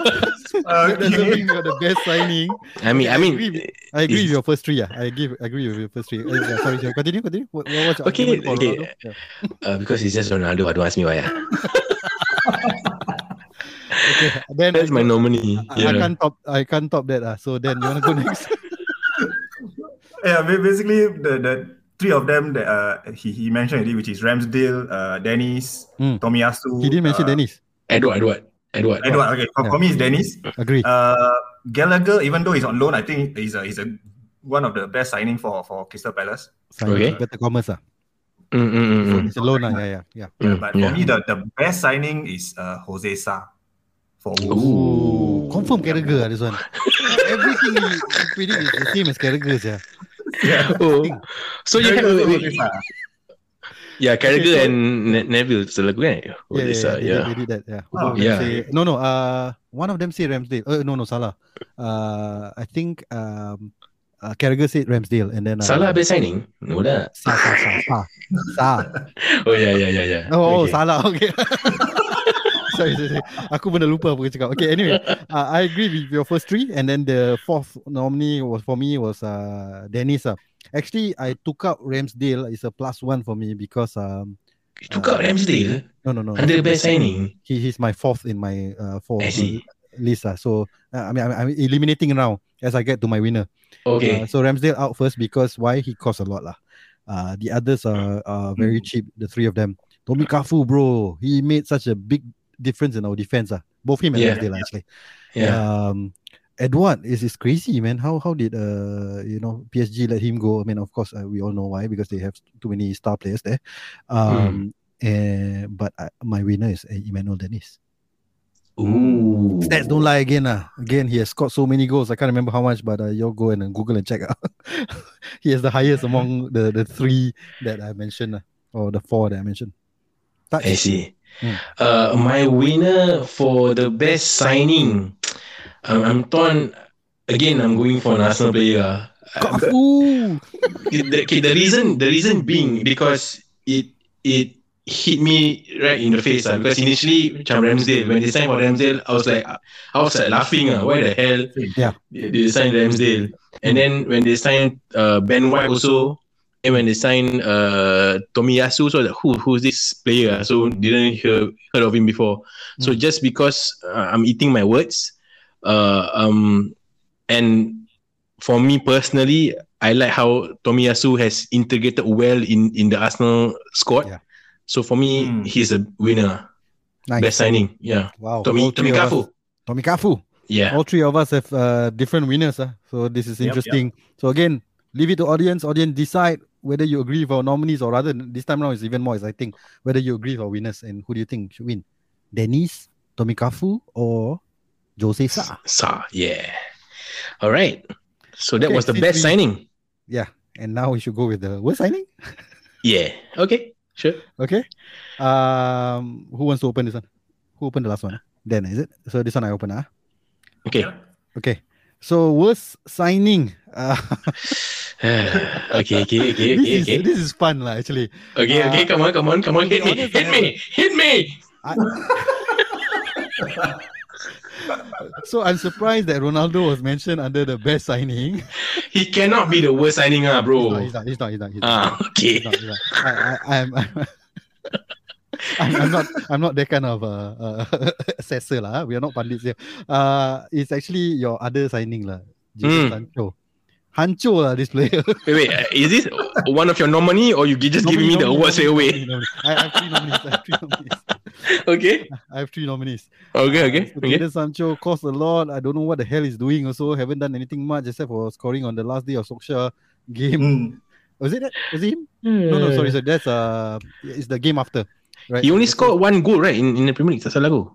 Speaker 2: that doesn't
Speaker 4: okay.
Speaker 2: mean you're the best signing.
Speaker 3: I mean,
Speaker 2: I
Speaker 3: I
Speaker 2: agree
Speaker 3: mean,
Speaker 2: with- I agree with
Speaker 3: Is-
Speaker 2: your first three. Yeah, I agree. I agree with your first three. Uh, yeah, sorry, sorry. Continue. Continue. What, what, what's your
Speaker 3: Okay,
Speaker 2: argument for
Speaker 3: okay.
Speaker 2: Ronaldo? Yeah.
Speaker 3: uh, because he's just Ronaldo. Don't ask me why. ah.
Speaker 2: Okay. Then
Speaker 3: That's my
Speaker 2: I,
Speaker 3: nominee.
Speaker 2: I
Speaker 3: Yeah.
Speaker 2: can't top. I can't top that. Uh, so then you wanna go next?
Speaker 4: Yeah, ba- basically the, the three of them that uh, he, he mentioned already, which is Ramsdale, uh, Dennis,
Speaker 2: Hmm.
Speaker 4: Tomiyasu.
Speaker 2: he didn't mention
Speaker 4: uh,
Speaker 2: Dennis.
Speaker 3: Edward, Edward, Edward.
Speaker 4: Edward, okay. For, for me, it's Dennis.
Speaker 2: Agree.
Speaker 4: Uh, Gallagher, even though he's on loan, I think he's a, he's a one of the best signing for for Crystal Palace.
Speaker 2: Sign
Speaker 3: okay.
Speaker 2: Better commerce. Uh.
Speaker 3: Mm, mm, mm, mm,
Speaker 2: It's a loan. Uh. Yeah, yeah, yeah.
Speaker 3: mm,
Speaker 4: But
Speaker 3: yeah.
Speaker 4: for me, the, the best signing is uh, Jose Sa for Wolves.
Speaker 3: Ooh.
Speaker 2: Confirm Carragher. Uh, this one. Everything he, he predict is the same as Carragher's. Yeah.
Speaker 4: Yeah.
Speaker 3: Oh. So you have wait, wait,
Speaker 4: Jose Sa.
Speaker 3: yeah, Carragher
Speaker 2: Okay, so-
Speaker 3: and ne- Neville still like yeah,
Speaker 2: Yeah, yeah, yeah,
Speaker 3: yeah,
Speaker 2: they did-
Speaker 3: Oh, yeah.
Speaker 2: They did that. Yeah.
Speaker 4: Oh,
Speaker 2: Both of them
Speaker 3: yeah.
Speaker 2: Say, no, no. Uh, one of them said Ramsdale. Uh, no, no, Salah. Uh, I think um, uh, Carragher said Ramsdale, and then uh,
Speaker 3: Salah best signing, no lah.
Speaker 2: Sa, Sa, Sa, Sa, Sa.
Speaker 3: Oh yeah, yeah, yeah, yeah.
Speaker 2: Oh,
Speaker 3: Okay.
Speaker 2: Salah. Okay. sorry, sorry, sorry. Aku pernah lupa apa cakap. Okay, anyway, uh, I agree with your first three, and then the fourth nominee was for me was uh Dennis. Uh. Actually, I took out Ramsdale. It's a plus one for me because um
Speaker 3: You took out Ramsdale
Speaker 2: no no no
Speaker 3: under best signing.
Speaker 2: he, he's my fourth in my uh, four
Speaker 3: I see.
Speaker 2: list. ah. So uh, I mean, I'm, I'm eliminating now as I get to my winner.
Speaker 3: Okay.
Speaker 2: Uh, so Ramsdale out first because why he costs a lot lah. Uh, the others are, are very
Speaker 3: Hmm.
Speaker 2: cheap. The three of them. Tommy Kafu, bro, he made such a big difference in our defense. Ah, both him and
Speaker 3: Yeah.
Speaker 2: Ramsdale actually.
Speaker 3: yeah.
Speaker 2: Um, Edward is is crazy man. How how did uh you know PSG let him go? I mean, of course uh, we all know why because they have too many star players there. Um,
Speaker 3: Hmm.
Speaker 2: eh, but I, my winner is uh, Emmanuel Dennis.
Speaker 3: Ooh.
Speaker 2: Stats don't lie again. Uh. Again, he has scored so many goals. I can't remember how much, but uh, you'll go and uh, Google and check. ah. he has the highest among the, the three that I mentioned, ah, or the four that I mentioned. Touch.
Speaker 3: I see.
Speaker 2: Hmm.
Speaker 3: Uh, my winner for the best signing, um, I'm torn. Again, I'm going for an Arsenal player. Uh,
Speaker 2: Kafu!
Speaker 3: the, okay, the reason the reason being because it it hit me right in the face ah. because initially macam Ramsdale when they signed for Ramsdale I was like I was like laughing ah. why the hell
Speaker 2: Yeah.
Speaker 3: they, they signed Ramsdale and then when they signed uh, Ben White also and when they signed uh, Tomiyasu so I was like who who's this player ah? so didn't hear heard of him before so
Speaker 2: Hmm.
Speaker 3: just because uh, I'm eating my words uh, um and for me personally I like how Tomiyasu has integrated well in, in the Arsenal squad.
Speaker 2: Yeah.
Speaker 3: So for me,
Speaker 4: Hmm.
Speaker 3: he's a winner.
Speaker 2: Nice.
Speaker 3: Best signing. Yeah.
Speaker 2: Wow.
Speaker 3: Tommy
Speaker 2: all three
Speaker 3: Tommy
Speaker 2: of us-
Speaker 3: Kafu.
Speaker 2: Tommy Kafu.
Speaker 3: Yeah.
Speaker 2: All three of us have uh, different winners. ah. So this is
Speaker 4: Yep,
Speaker 2: interesting. So again, leave it to audience. Audience decide whether you agree with our nominees or rather this time now is even more exciting. Whether you agree with our winners and who do you think should win? Dennis, Tommy Kafu, or Jose Sa?
Speaker 3: Sa. Yeah. All right. So that
Speaker 2: Okay,
Speaker 3: was the
Speaker 2: since we-
Speaker 3: best signing.
Speaker 2: And now we should go with the worst signing.
Speaker 3: Yeah. Okay. Sure.
Speaker 2: Okay. Um, who wants to open this one? Who opened the last one? Then is it? So this one I open. Ah,
Speaker 3: Okay.
Speaker 2: okay. So worst signing. Uh,
Speaker 3: okay. Okay.
Speaker 2: this
Speaker 3: Okay. Okay. Okay.
Speaker 2: is
Speaker 3: Okay.
Speaker 2: this is fun lah actually.
Speaker 3: Okay.
Speaker 2: uh,
Speaker 3: Come on. Come on. Come on.
Speaker 2: to be
Speaker 3: Hit me.
Speaker 2: honest,
Speaker 3: Hit
Speaker 2: I-
Speaker 3: me. Hit me.
Speaker 2: So I'm surprised that Ronaldo was mentioned under the best signing.
Speaker 3: He cannot be the worst signing, ah, bro.
Speaker 2: He's not. He's not. He's not. He's not.
Speaker 3: Ah. Okay.
Speaker 2: He's not, he's not. I, I, I'm, I'm, I'm, I'm not. I'm not that kind of uh, uh, assessor lah. ah. We are not pundits here. Uh, it's actually your other signing lah, Jesus
Speaker 3: Mm.
Speaker 2: Sancho. hancur lah this player.
Speaker 3: Wait, wait, uh, is this one of your nominee or you gi- just giving me the award straight away?
Speaker 2: I I have three nominees. I have three nominees.
Speaker 3: Okay,
Speaker 2: I have three nominees.
Speaker 3: okay, okay,
Speaker 2: So
Speaker 3: okay.
Speaker 2: Jadon Sancho cost a lot. I don't know what the hell he's doing. Also, haven't done anything much except for scoring on the last day of Soksha game.
Speaker 4: Mm.
Speaker 2: Was it that? Was it him? No, no, sorry, sorry. That's uh, it's the game after. Right.
Speaker 3: He only scored one goal, right, in, in the Premier League. Tak salah aku.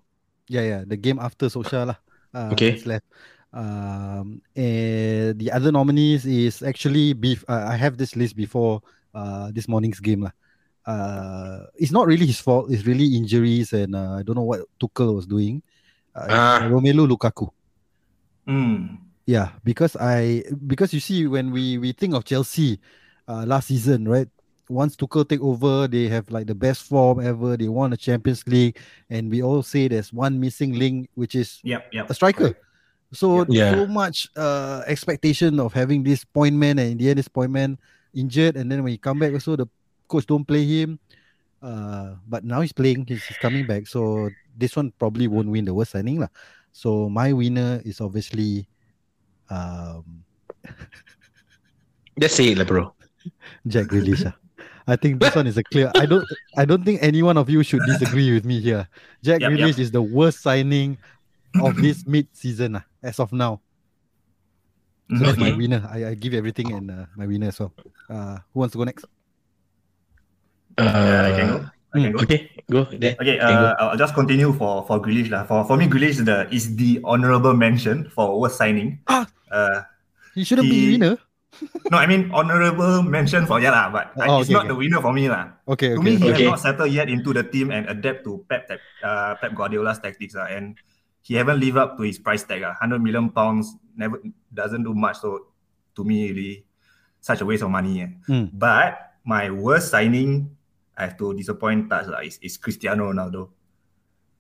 Speaker 2: Yeah, yeah. The game after Soksha lah. Uh,
Speaker 3: Okay.
Speaker 2: that's Left. Um, and the other nominees is actually beef. Uh, I have this list before uh this morning's game lah. Uh, it's not really his fault. It's really injuries and uh, I don't know what Tuchel was doing. Uh,
Speaker 3: Ah.
Speaker 2: Romelu Lukaku.
Speaker 4: Mm.
Speaker 2: Yeah, because I because you see when we we think of Chelsea uh, last season, right? Once Tuchel take over, they have like the best form ever. They won the Champions League, and we all say there's one missing link, which is
Speaker 4: Yep, yep.
Speaker 2: a striker. So
Speaker 3: Yeah.
Speaker 2: so much uh, expectation of having this point man, and in the end, this point man injured, and then when he come back, also the coach don't play him. Uh, but now he's playing. He's, he's coming back. So this one probably won't win the worst signing lah. So my winner is obviously um,
Speaker 3: Just say it lah, bro.
Speaker 2: Jack Grealish. ah. I think this one is a clear. I don't. I don't think any one of you should disagree with me here. Jack
Speaker 4: Yep,
Speaker 2: Grealish is the worst signing of this mid-season ah, as of now. So that's my
Speaker 4: Mhm.
Speaker 2: winner. I, I give everything and uh, my winner as well. Uh, who wants to go next?
Speaker 4: Yeah, I can go.
Speaker 3: Uh,
Speaker 4: I can go.
Speaker 3: okay, go there.
Speaker 4: Okay,
Speaker 3: Can go.
Speaker 4: uh, I'll just continue for for Grealish lah. For for me, Grealish is the is the honourable mention for worst signing.
Speaker 2: Ah.
Speaker 4: Uh,
Speaker 2: He shouldn't be
Speaker 4: He-
Speaker 2: winner.
Speaker 4: no, I mean honourable mention for yeah lah, but like,
Speaker 2: Oh,
Speaker 4: it's
Speaker 2: okay,
Speaker 4: not
Speaker 2: okay.
Speaker 4: the winner for me lah.
Speaker 2: Okay,
Speaker 4: To
Speaker 2: okay.
Speaker 4: me, he
Speaker 3: Okay.
Speaker 4: has not settled yet into the team and adapt to Pep tec- uh, Pep Guardiola's tactics lah, and he haven't lived up to his price tag. Uh, Hundred million pounds never doesn't do much. So to me, really such a waste of money. eh.
Speaker 2: Hmm.
Speaker 4: But my worst signing, I have to disappoint Taj lah. Is, is Cristiano Ronaldo.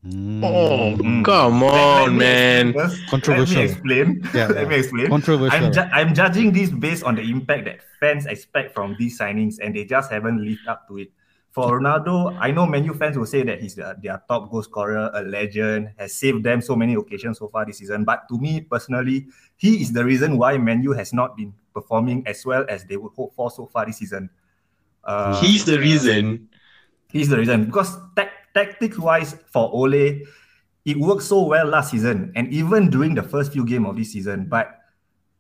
Speaker 2: Mm.
Speaker 3: Oh,
Speaker 4: Mm.
Speaker 3: come
Speaker 4: Let- let
Speaker 3: on, Oh,
Speaker 4: me
Speaker 3: man.
Speaker 4: explain first.
Speaker 2: Controversial.
Speaker 4: Let me explain.
Speaker 2: Yeah,
Speaker 4: Let
Speaker 2: yeah.
Speaker 4: me explain.
Speaker 2: Controversial.
Speaker 4: I'm, ju- I'm judging this based on the impact that fans expect from these signings, and they just haven't lived up to it. For Ronaldo, I know many fans will say that he's the, their top goal scorer, a legend, has saved them so many occasions so far this season. But to me personally, he is the reason why Manu has not been performing as well as they would hope for so far this season. Uh,
Speaker 3: He's the reason.
Speaker 4: Here's the reason because tactics wise for Ole, it worked so well last season and even during the first few game of this season. But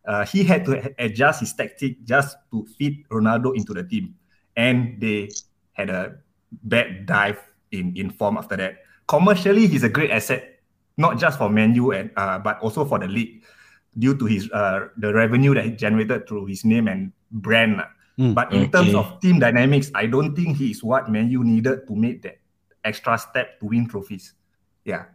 Speaker 4: uh, he had to a- adjust his tactic just to fit Ronaldo into the team, and they had a bad dive in in form after that. Commercially, he's a great asset, not just for Menu and uh, but also for the league due to his uh, the revenue that he generated through his name and brand. lah.
Speaker 2: Mm.
Speaker 4: But in terms
Speaker 3: Okay.
Speaker 4: of team dynamics, I don't think he is what Menu needed to make that extra step to win trophies. Yeah,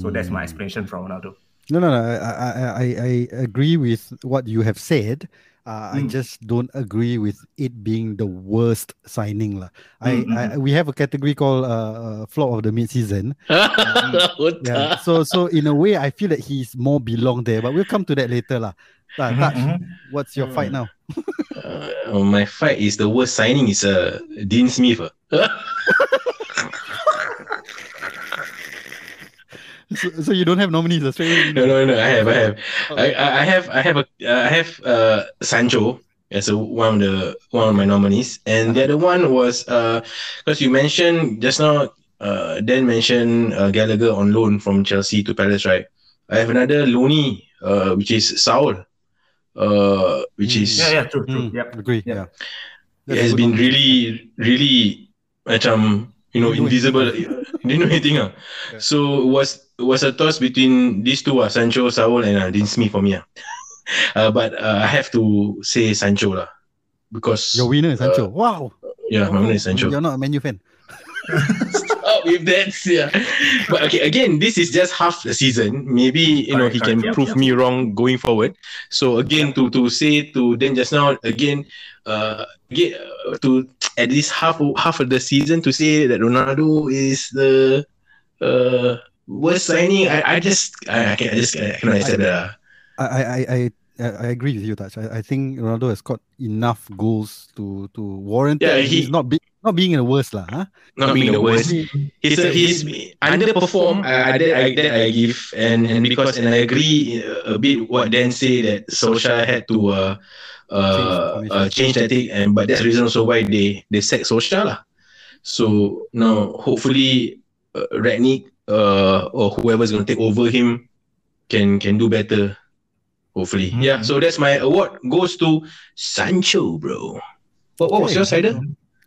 Speaker 4: so that's my
Speaker 2: Mm.
Speaker 4: explanation from Ronaldo.
Speaker 2: No, no, no. I, I, I- I, I agree with what you have said. Uh, I
Speaker 4: Mm.
Speaker 2: just don't agree with it being the worst signing. lah. I,
Speaker 4: Mm, mm,
Speaker 2: I, we have a category called uh, uh, flop of the mid-season. Uh, Yeah.
Speaker 3: Otak.
Speaker 2: so, so in a way, I feel that he's more belong there. But we'll come to that later, lah. Uh,
Speaker 4: Mhm,
Speaker 2: Taj,
Speaker 4: mhm.
Speaker 2: what's your fight now?
Speaker 3: Uh, my fight is the worst signing is uh, Dean Smith. ah.
Speaker 2: So, so you don't have nominees. that's why you
Speaker 3: no,
Speaker 2: know.
Speaker 3: no, no. I have, I have,
Speaker 4: Oh.
Speaker 3: I,
Speaker 2: Okay.
Speaker 3: I I have, I have a, uh, I have uh, Sancho as a, one of the one of my nominees, and the other one was because you mentioned just now. Uh, Dan mentioned uh, Gallagher on loan from Chelsea to Palace, right? I have another loanee, uh, which is Saul, uh, which
Speaker 2: Hmm.
Speaker 3: is
Speaker 4: Yeah, yeah, true, true.
Speaker 2: Mm,
Speaker 4: Yep.
Speaker 2: Agree.
Speaker 4: Yep.
Speaker 2: Yeah.
Speaker 3: it
Speaker 2: That's a
Speaker 3: has
Speaker 2: good
Speaker 3: been
Speaker 2: one.
Speaker 3: really, really macam you know
Speaker 2: Didn't know
Speaker 3: invisible. Didn't know anything. ah.
Speaker 2: Yeah.
Speaker 3: So it was it was a toss between these two, ah, Sancho, Saul, and uh, Dean Smith for me. ah. uh, but uh, I have to say Sancho lah because
Speaker 2: Your winner is Sancho. wow.
Speaker 3: Uh, yeah, my name is Sancho.
Speaker 2: You're not a menu fan.
Speaker 3: Up with that, yeah. But okay, again, this is just half the season. Maybe you know he
Speaker 4: Correct,
Speaker 3: can
Speaker 4: correct,
Speaker 3: prove me wrong going forward. So again, to to say to then just now again, uh, again, uh, to at least half half of the season to say that Ronaldo is the uh worst signing. I, I just I, I can I just I cannot accept that. ah.
Speaker 2: I I I I- I, I agree with you, Taj. I, I think Ronaldo has got enough goals to to warrant
Speaker 3: Yeah,
Speaker 2: that
Speaker 3: he-
Speaker 2: he's not be, not being in the worst lah. Huh?
Speaker 3: Not being the worst. He's a,
Speaker 2: It's a-
Speaker 3: he's underperformed. I, I, that, I, that I give and and because and I agree uh, a bit what Dan say that Solskjaer had to uh, uh,
Speaker 5: formation.
Speaker 3: uh, change tactic, and but that's the reason also why they they sack Solskjaer lah. So now hopefully uh, Ragnick uh, or whoever's going to take over him can can do better. Hopefully,
Speaker 4: Mhm.
Speaker 3: yeah. So that's my award goes to Sancho, bro. What, what was
Speaker 5: Okay.
Speaker 3: your cider?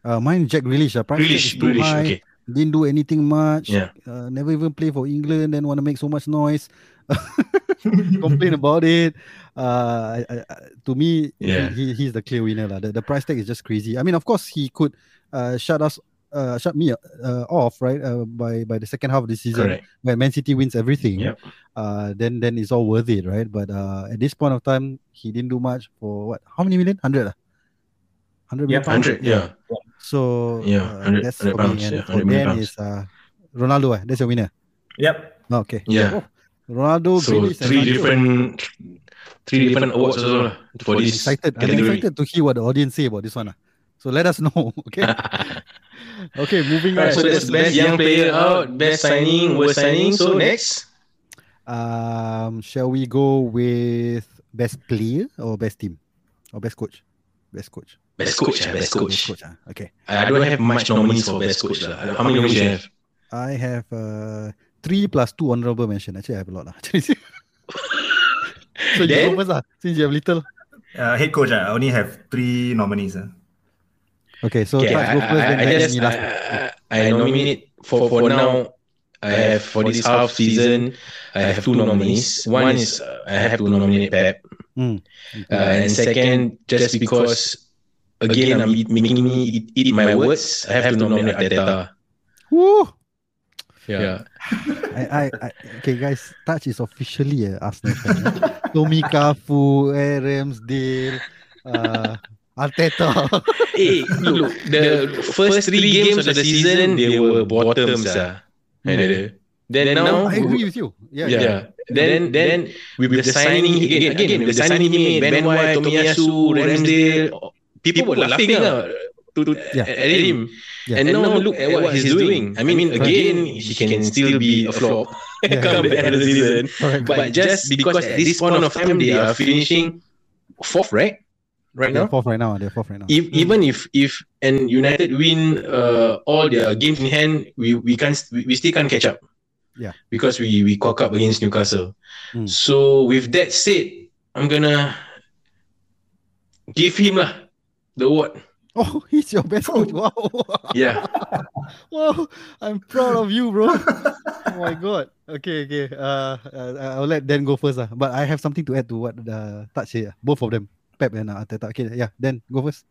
Speaker 2: Uh, mine Jack Grealish. Uh, price tag is
Speaker 3: Grealish,
Speaker 2: too
Speaker 3: Grealish.
Speaker 2: high.
Speaker 3: Okay.
Speaker 2: Didn't do anything much.
Speaker 3: Yeah.
Speaker 2: Uh, never even play for England. Then want to make so much noise. Complain about it. Uh, I, I, I- to me,
Speaker 3: Yeah.
Speaker 2: he, he- he's the clear winner. lah. The, the price tag is just crazy. I mean, of course, he could uh, shut us, uh, shut me uh, off, right? Uh, by by the second half of the season.
Speaker 3: Correct.
Speaker 2: when Man City wins everything,
Speaker 3: Yep.
Speaker 2: uh, then then it's all worth it, right? But uh, at this point of time, he didn't do much for what? How many million? Hundred. ah? Hundred million.
Speaker 4: Yeah,
Speaker 2: pounds?
Speaker 3: Hundred. Yeah.
Speaker 2: So
Speaker 3: Yeah,
Speaker 2: uh,
Speaker 3: 100
Speaker 2: that's
Speaker 3: 100
Speaker 2: for me. And
Speaker 3: pounds, yeah,
Speaker 2: for
Speaker 3: 100 million
Speaker 2: Dan is
Speaker 3: pounds.
Speaker 2: uh, Ronaldo. ah, That's your winner.
Speaker 4: Yep.
Speaker 2: Oh, okay. Oh,
Speaker 3: Yeah.
Speaker 2: Ronaldo.
Speaker 3: so
Speaker 2: Grealish and
Speaker 3: three
Speaker 2: Sancho.
Speaker 3: different three different awards also lah for
Speaker 2: I'm
Speaker 3: this
Speaker 2: excited. I'm
Speaker 3: category.
Speaker 2: excited to hear what the audience say about this one. ah. So let us know. Okay. okay. Moving on.
Speaker 3: Alright, so that's best young player out, best signing, worst signing. So next,
Speaker 2: Um, shall we go with best player or best team or best coach? Best coach.
Speaker 3: best coach, ah,
Speaker 2: Best
Speaker 3: best coach.
Speaker 2: coach. ah. Okay.
Speaker 3: I don't have much nominees for best coach lah. How many nominees you have?
Speaker 2: I have uh, three plus two honorable mention. Actually, I have a lot. lah. so you
Speaker 3: Then?
Speaker 2: go first, lah, since you have little.
Speaker 4: Uh, head coach, ah, I only have three nominees. ah.
Speaker 2: Okay, so
Speaker 3: Okay,
Speaker 2: Taj,
Speaker 3: I,
Speaker 2: go first,
Speaker 3: I,
Speaker 2: then
Speaker 3: I,
Speaker 2: Ryan,
Speaker 3: just,
Speaker 2: me
Speaker 3: I,
Speaker 2: last.
Speaker 3: I I nominate for for now. I have for this half season. I have two nominees. One is uh, I have to nominate Pep.
Speaker 2: Mm.
Speaker 3: Uh, and second, just because, again, I'm eat, making me eat, eat my words, I have to nominate Arteta.
Speaker 2: Woo!
Speaker 3: Yeah.
Speaker 2: I, I, I, okay, guys, Touch is officially a Arsenal fan. eh. Tommy Kafu, eh, Ramsdale, uh, Arteta.
Speaker 3: Hey, look, the first three games of the season, they were bottoms. ah.
Speaker 2: Mm.
Speaker 3: Then now,
Speaker 2: I agree with you. Yeah,
Speaker 3: yeah. Then, then with the signing again, again, with the signing he made, Ben White, Tomiyasu, Ramsdale, people were laughing ah, to,
Speaker 2: Yeah.
Speaker 3: at him.
Speaker 2: Yeah.
Speaker 3: And, now look at what he's doing. I mean, again, he can still be a flop
Speaker 2: Yeah.
Speaker 3: come the end of the season.
Speaker 2: Correct.
Speaker 3: But, just because, at this point of time they are finishing fourth, right? Right
Speaker 2: They're
Speaker 3: now.
Speaker 2: fourth right now. They're fourth right now.
Speaker 3: If, E-, even if if and United win uh, all their games in hand, we we can't we, we still can't catch up.
Speaker 2: Yeah.
Speaker 3: Because we we cock up against Newcastle.
Speaker 2: Mm.
Speaker 3: So with that said, I'm gonna give him lah the award.
Speaker 2: Oh, he's your best coach.
Speaker 3: Oh.
Speaker 2: Wow.
Speaker 3: Yeah.
Speaker 2: wow. I'm proud of you, bro. oh my god. Okay, okay. Uh, uh, I'll let Dan go first. Uh. But I have something to add to what uh, the touch here. ah. Both of them. Pep and uh, Arteta. Okay, yeah. Dan, go first.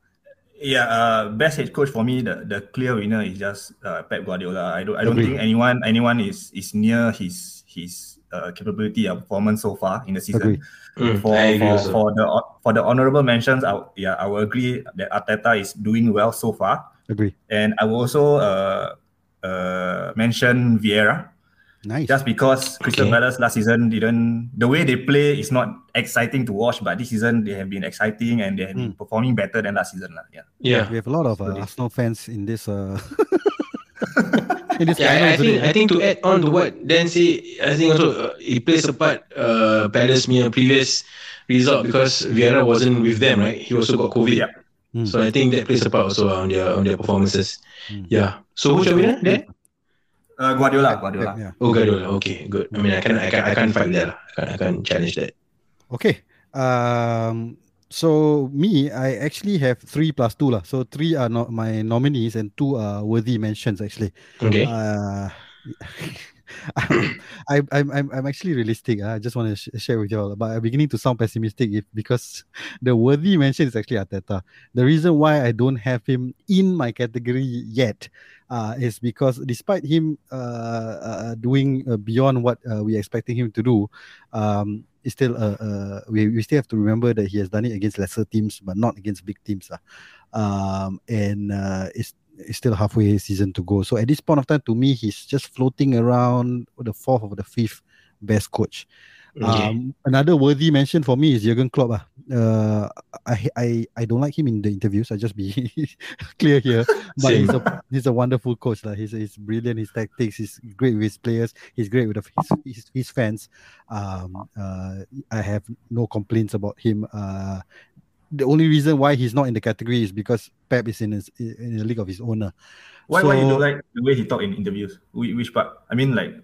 Speaker 4: Yeah, uh, best head coach for me, the, the clear winner is just uh, Pep Guardiola. I don't, I don't
Speaker 2: Agree.
Speaker 4: think anyone anyone is is near his his uh, capability and performance so far in the
Speaker 2: Agree.
Speaker 4: season.
Speaker 3: Mm,
Speaker 4: for
Speaker 3: I agree
Speaker 4: for,
Speaker 3: also.
Speaker 4: for the for the honorable mentions, I, would- yeah, I will agree that Arteta is doing well so far,
Speaker 2: Agree.
Speaker 4: and I will also uh, uh, mention Vieira
Speaker 2: Nice.
Speaker 4: just because Crystal
Speaker 3: Okay.
Speaker 4: Palace last season didn't the way they play is not exciting to watch, but this season they have been exciting and they have
Speaker 2: Hmm.
Speaker 4: been performing better than last season, lah. Yeah.
Speaker 3: yeah.
Speaker 2: we have a lot of uh,
Speaker 4: Sorry.
Speaker 2: Arsenal fans in this. Uh, in this
Speaker 3: Yeah,
Speaker 2: panel
Speaker 3: I, I think
Speaker 2: today.
Speaker 3: I think to add on to what Dan say, I think also uh, it plays a part. Uh, Palace mere previous result because Vieira wasn't with them, right? He also got COVID,
Speaker 4: Yeah.
Speaker 2: Mm.
Speaker 3: so I think that plays a part also on their on their performances.
Speaker 2: Mm.
Speaker 3: Yeah. So who's your winner? Dan?
Speaker 4: Uh, Guardiola, Guardiola.
Speaker 2: Yeah.
Speaker 3: Oh, Guardiola. Okay, good. I mean, I can I can I can't fight that. lah. I can't, I can't challenge that.
Speaker 2: Okay. Um. So me, I actually have three plus two lah. So three are not my nominees and two are worthy mentions actually.
Speaker 3: Okay.
Speaker 2: Uh, I'm, I'm, I'm, I'm actually realistic. ah. I just want to sh- share with you all, but I'm beginning to sound pessimistic if, because the worthy mention is actually Ateta. The reason why I don't have him in my category yet uh, is because despite him uh, uh, doing uh, beyond what uh, we expecting him to do, um, it's still uh, uh, we, we still have to remember that he has done it against lesser teams, but not against big teams. ah. Um, and uh, it's it's still halfway season to go. So at this point of time, to me, he's just floating around the fourth or the fifth best coach.
Speaker 3: okay.
Speaker 2: Um, another worthy mention for me is Jurgen Klopp. ah. Uh, I, I I don't like him in the interviews. I just be clear here, but he's a he's a wonderful coach. lah. He's he's brilliant. His tactics. He's great with his players. He's great with the, his, his his fans. Um, uh, I have no complaints about him. Uh, the only reason why he's not in the category is because Pep is in his, in the league of his own. lah.
Speaker 4: Why, why you
Speaker 2: So-
Speaker 4: don't like the way he talk in interviews? Whi- Which part? I mean, like,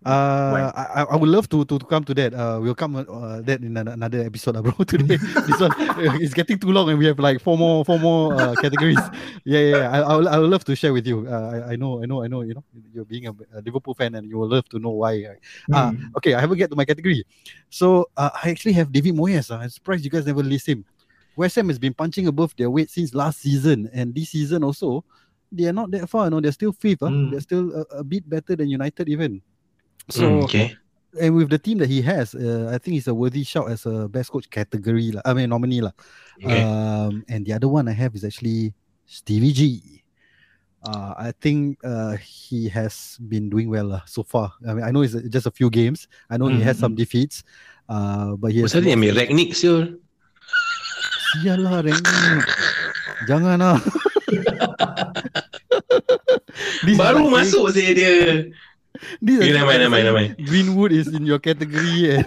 Speaker 2: Uh, I, I- I would love to, to to come to that. Uh, we'll come uh, that in ano- another episode, uh, bro. Today, this one uh, it's getting too long, and we have like four more four more uh, categories. Yeah, yeah. yeah. I, I, would, I would love to share with you. Uh, I, I know, I know, I know. You know, you're being a, a Liverpool fan, and you will love to know why. uh, Ah,
Speaker 4: hmm,
Speaker 2: okay, I haven't get to my category. So uh, I actually have David Moyes. uh, I'm surprised you guys never list him. West Ham has been punching above their weight since last season, and this season also, they are not that far. You know, they're still fifth. ah.
Speaker 4: Mm.
Speaker 2: They're still a, a bit better than United even. So
Speaker 3: Mm, okay.
Speaker 2: and with the team that he has, uh, I think he's a worthy shout as a best coach category lah. I mean nominee lah.
Speaker 3: Okay.
Speaker 2: Um, and the other one I have is actually Stevie G. Uh, I think uh, he has been doing well lah so far. I mean, I know it's uh, just a few games. I know he has some
Speaker 3: Mm-hmm.
Speaker 2: defeats, uh, but he has.
Speaker 3: Pasal ni ambil Ragnik siul.
Speaker 2: Sialah, Rengit. Jangan lah. This is
Speaker 3: Baru
Speaker 2: like-
Speaker 3: masuk saya dia.
Speaker 2: This is
Speaker 3: Okay, never mind, never mind, never mind.
Speaker 2: Greenwood is in your category. eh?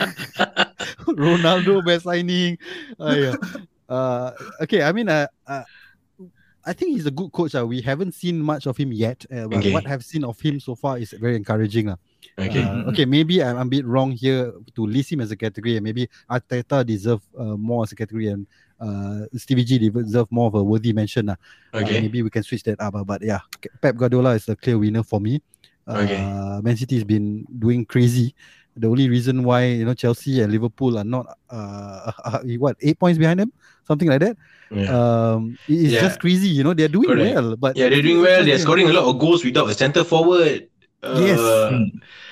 Speaker 2: And Ronaldo best signing. Ah, yeah. Uh, okay, I mean, uh, uh, I think he's a good coach. Uh. We haven't seen much of him yet. Uh, but
Speaker 3: Okay.
Speaker 2: What I've seen of him so far is very encouraging. lah.
Speaker 3: Okay.
Speaker 2: Uh, okay, maybe I'm, I'm a bit wrong here to list him as a category. And maybe Arteta deserve uh, more as a category and uh, Stevie G deserve more of a worthy mention. lah. Uh,
Speaker 3: okay.
Speaker 2: maybe we can switch that up. uh, But yeah, K- Pep Guardiola is the clear winner for me. Uh,
Speaker 3: Okay.
Speaker 2: Man City has been doing crazy. The only reason why you know Chelsea and Liverpool are not uh, what eight points behind them, something like that.
Speaker 3: yeah.
Speaker 2: Um, it- it's
Speaker 3: Yeah.
Speaker 2: just crazy. You know they're doing
Speaker 3: Correct.
Speaker 2: well, but
Speaker 3: yeah, they're doing well. They're scoring a lot of goals without a centre forward. Uh,
Speaker 2: Yes.
Speaker 4: hmm,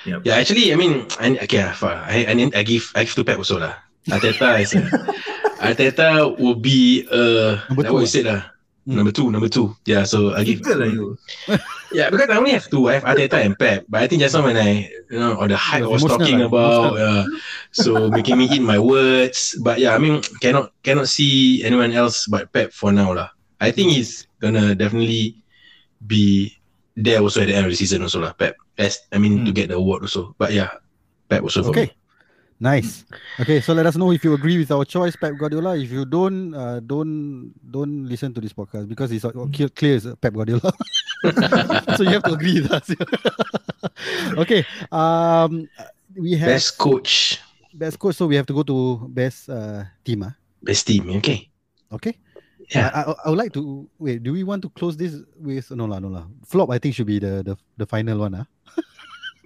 Speaker 4: yeah.
Speaker 3: Yeah, actually, I mean, I, okay, ah, fine. I, I, need- I give, I give to Pep also lah. Arteta is, a, Arteta will be, uh,
Speaker 2: Number
Speaker 3: like
Speaker 2: two,
Speaker 3: what you
Speaker 2: ah.
Speaker 3: said lah.
Speaker 2: Mm.
Speaker 3: Number two, number two. Yeah, so I give.
Speaker 4: Fickle lah you.
Speaker 3: Yeah, because I only have two. I have Arteta and Pep. But I think just now when I, you know, on the hype I
Speaker 2: It
Speaker 3: was
Speaker 2: was emotional,
Speaker 3: talking
Speaker 2: like,
Speaker 3: about, uh, so making me eat my words. But yeah, I mean, cannot cannot see anyone else but Pep for now lah. I think he's gonna definitely be there also at the end of the season also lah. Pep, as I mean, to
Speaker 4: Mm.
Speaker 3: get the award also. But yeah, Pep also for
Speaker 2: Hmm. Okay.
Speaker 3: me.
Speaker 2: Nice. Okay, so let us know if you agree with our choice, Pep Guardiola. If you don't, uh, don't don't listen to this podcast because it's uh,
Speaker 3: Hmm.
Speaker 2: clear, clear is Pep Guardiola. so you have to agree with us. okay. Um, we have best.
Speaker 3: Best coach,
Speaker 2: coach, so we have to go to best uh, team. ah.
Speaker 3: best team. Okay.
Speaker 2: Okay.
Speaker 3: Yeah.
Speaker 2: I, I, I would like to wait. Do we want to close this with no la no la flop? I think should be the the, the final one. Ah,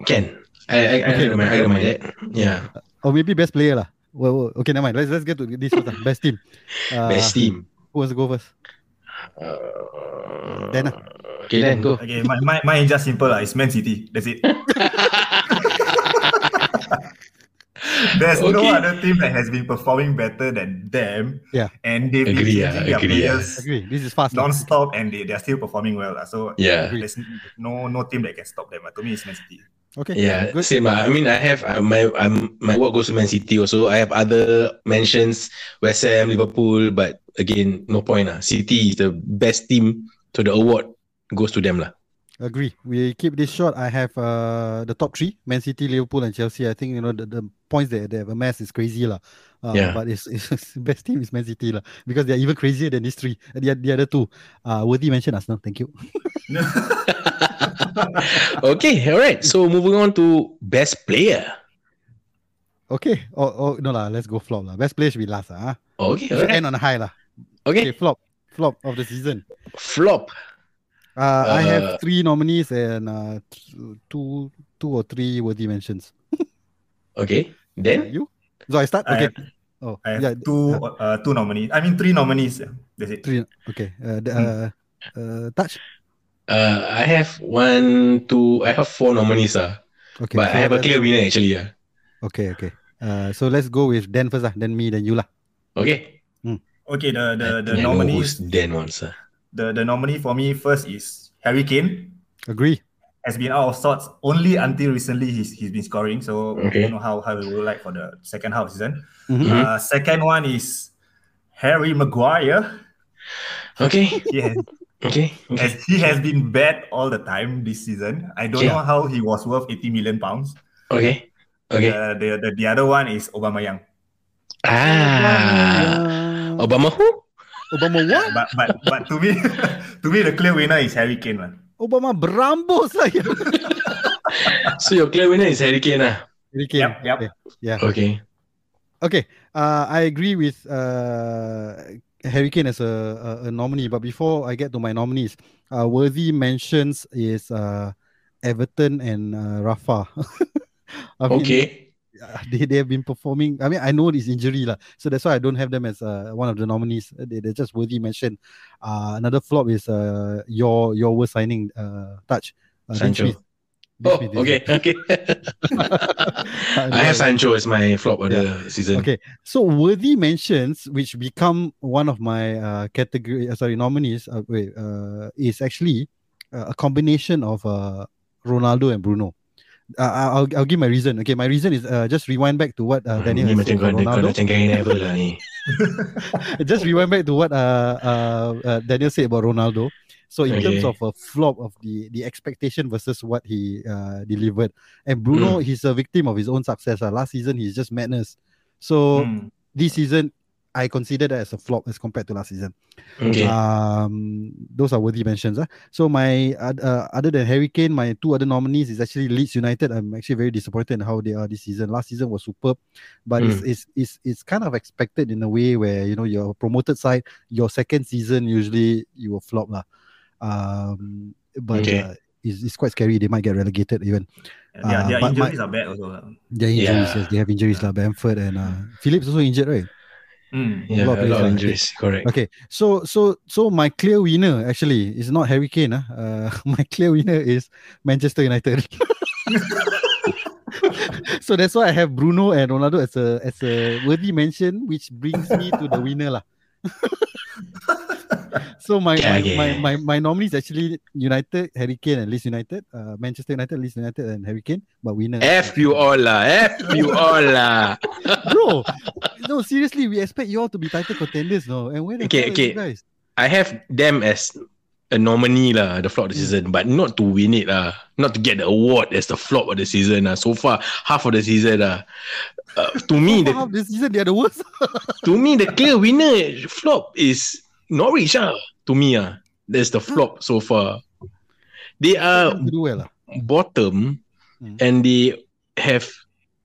Speaker 3: Can. I I, I
Speaker 2: Okay.
Speaker 3: don't mind. I don't mind that. Yeah.
Speaker 2: or maybe best player lah. Well, well, okay, never mind. Let's let's get to this first. ah. Best team. Uh,
Speaker 3: best team.
Speaker 2: Who wants to go first?
Speaker 3: Uh,
Speaker 2: Dan ah.
Speaker 3: Okay, Dan go.
Speaker 4: Okay, my, my, mine is just simple lah. It's Man City. That's it. There's no
Speaker 3: Okay.
Speaker 4: other team that has been performing better than them.
Speaker 2: Yeah.
Speaker 4: And they've been
Speaker 3: Agree ah,
Speaker 4: changing their
Speaker 3: agree ah.
Speaker 4: players
Speaker 2: Agree. This is fast. lah.
Speaker 4: non-stop and they, they're still performing well. lah. So
Speaker 3: Yeah.
Speaker 4: there's no no team that can stop them. ah. To me, it's Man City.
Speaker 2: Okay.
Speaker 3: Yeah,
Speaker 2: Good.
Speaker 3: same. ah. I mean, I have uh, my um, my work goes to Man City also. I have other mentions, West Ham, Liverpool, but again, no point. Uh. City is the best team, so the award goes to them lah.
Speaker 2: Agree. We keep this short. I have uh, the top three: Man City, Liverpool, and Chelsea. I think you know the, the points that they have amassed is crazy lah. Uh,
Speaker 3: Yeah.
Speaker 2: But it's, it's best team is Man City lah because they're even crazier than these three. The, the other two, uh, worthy mention Arsenal. Thank you.
Speaker 3: Okay, all right. So moving on to best player.
Speaker 2: Okay. Or, or no lah. Let's go flop lah. Best player should be last ah.
Speaker 3: Okay, all
Speaker 2: Should
Speaker 3: right.
Speaker 2: end on a high lah. Okay.
Speaker 3: Okay,
Speaker 2: Flop. Flop of the season.
Speaker 3: flop.
Speaker 2: Uh, I
Speaker 3: Uh,
Speaker 2: have three nominees and uh, th- two two or three worthy mentions.
Speaker 3: Okay, then
Speaker 2: You. So I start.
Speaker 4: I
Speaker 2: Okay.
Speaker 4: have-
Speaker 2: oh
Speaker 4: I have
Speaker 2: yeah.
Speaker 4: two uh, two nominees. I mean, three nominees. yeah. That's it.
Speaker 2: Three. Okay. Uh, the,
Speaker 4: Hmm.
Speaker 2: uh, uh, touch.
Speaker 3: uh, I have one, two. I have four nominees ah,
Speaker 2: Okay.
Speaker 3: but
Speaker 2: so
Speaker 3: I have a
Speaker 2: let's-
Speaker 3: clear winner actually. Yeah.
Speaker 2: Okay. Okay. Uh, so let's go with Dan first, ah. Then me, then you lah.
Speaker 3: Okay.
Speaker 4: Okay, the the,
Speaker 3: I
Speaker 4: the
Speaker 3: think I know who's
Speaker 4: nominees
Speaker 3: Dan wants ah.
Speaker 4: the, the nominee for me first is Harry Kane.
Speaker 2: Agree.
Speaker 4: Has been out of sorts only until recently. He's he's been scoring, so
Speaker 3: Okay.
Speaker 4: we don't know how how it will like for the second half season.
Speaker 2: Mhm.
Speaker 3: Mhm.
Speaker 4: Uh, second one is Harry Maguire.
Speaker 3: Okay.
Speaker 4: He has,
Speaker 3: Okay. Okay.
Speaker 4: has- he has been bad all the time this season. I don't
Speaker 3: Yeah.
Speaker 4: know how he was worth 80 million pounds.
Speaker 3: Okay. Okay.
Speaker 4: Uh, the, the the other one is Obama Young.
Speaker 3: Ah, Obama who?
Speaker 2: Obama what?
Speaker 4: But but but to me, to me the clear winner is Harry Kane lah.
Speaker 2: Obama berambus lah. ya.
Speaker 3: So your clear winner is Harry Kane lah.
Speaker 2: Harry Kane.
Speaker 4: Yup, yup.
Speaker 2: Yeah. yeah.
Speaker 3: Okay.
Speaker 2: Okay, uh, I agree with uh, Harry Kane as a, a, a nominee. But before I get to my nominees, uh, worthy mentions is uh, Everton and uh, Rafa. I mean,
Speaker 3: Okay.
Speaker 2: uh, they, they have been performing. I mean, I know this injury lah, so that's why I don't have them as uh, one of the nominees. They, they're just worthy mention. Uh, another flop is uh, your your worst signing uh, touch. Uh, Dean
Speaker 3: Sancho.
Speaker 2: Smith. Dean
Speaker 3: Oh,
Speaker 2: Smith is-
Speaker 3: okay, okay. I have Sancho as my flop of the season.
Speaker 2: Okay, so worthy mentions, which become one of my uh, category, uh, sorry, nominees. Uh, wait, uh, is actually uh, a combination of uh, Ronaldo and Bruno. Uh, I- I'll, I'll give my reason. Okay, my reason is uh, just rewind back to what uh, Daniel
Speaker 3: ni
Speaker 2: has
Speaker 3: macam
Speaker 2: said
Speaker 3: kau,
Speaker 2: about
Speaker 3: kau
Speaker 2: Ronaldo.
Speaker 3: macam Gary Neville lah ni.
Speaker 2: just rewind back to what uh, uh, uh, Daniel said about Ronaldo. So in terms of
Speaker 3: Okay.
Speaker 2: a flop of the the expectation versus what he uh, delivered, and Bruno, he's a victim of his own success. Uh, last season, he's just madness. So
Speaker 4: Hmm.
Speaker 2: this season I consider that as a flop as compared to last season.
Speaker 3: Okay.
Speaker 2: Uh, Um, those are worthy mentions. ah. So my uh, uh, other than Harry Kane, my two other nominees is actually Leeds United. I'm actually very disappointed in how they are this season. Last season was superb, but
Speaker 3: Hmm.
Speaker 2: it's, it's it's it's kind of expected in a way where you know your promoted side, your second season usually you will flop lah. Um, but
Speaker 3: Okay.
Speaker 2: uh, it's, it's quite scary. They might get relegated even.
Speaker 4: Yeah,
Speaker 2: Ah,
Speaker 4: their
Speaker 2: but my-
Speaker 4: injuries are bad also. lah.
Speaker 2: Their injuries,
Speaker 3: Yeah.
Speaker 2: yes, they have injuries lah. Bamford and uh, Phillips also injured, right?
Speaker 4: Hmm.
Speaker 3: yeah, a
Speaker 2: lot of
Speaker 3: lot
Speaker 2: players
Speaker 3: of
Speaker 2: lah.
Speaker 3: injuries. Correct.
Speaker 2: Okay, so so so my clear winner actually is not Harry Kane. ah. Uh, my clear winner is Manchester United. so that's why I have Bruno and Ronaldo as a as a worthy mention, which brings me to the winner lah. so my, my,
Speaker 3: Okay.
Speaker 2: my my my nominees actually United, Harry Kane and Leeds United, uh, Manchester United, Leeds United and Harry Kane, but winner.
Speaker 3: F you all lah. F you all lah.
Speaker 2: bro. No, seriously, we expect you all to be title contenders, no? And where the hell are you
Speaker 3: Okay, okay.
Speaker 2: guys?
Speaker 3: I have them as a nominee lah, the flop of the season, but not to win it lah, not to get the award as the flop of the season lah. So far, half of the season lah. Uh, to me,
Speaker 2: Somehow
Speaker 3: the
Speaker 2: this season they are the worst.
Speaker 3: to me the clear winner flop is Norwich ah. To me ah, that's the flop so far. They are
Speaker 2: to do well. lah.
Speaker 3: bottom
Speaker 2: Mm.
Speaker 3: and they have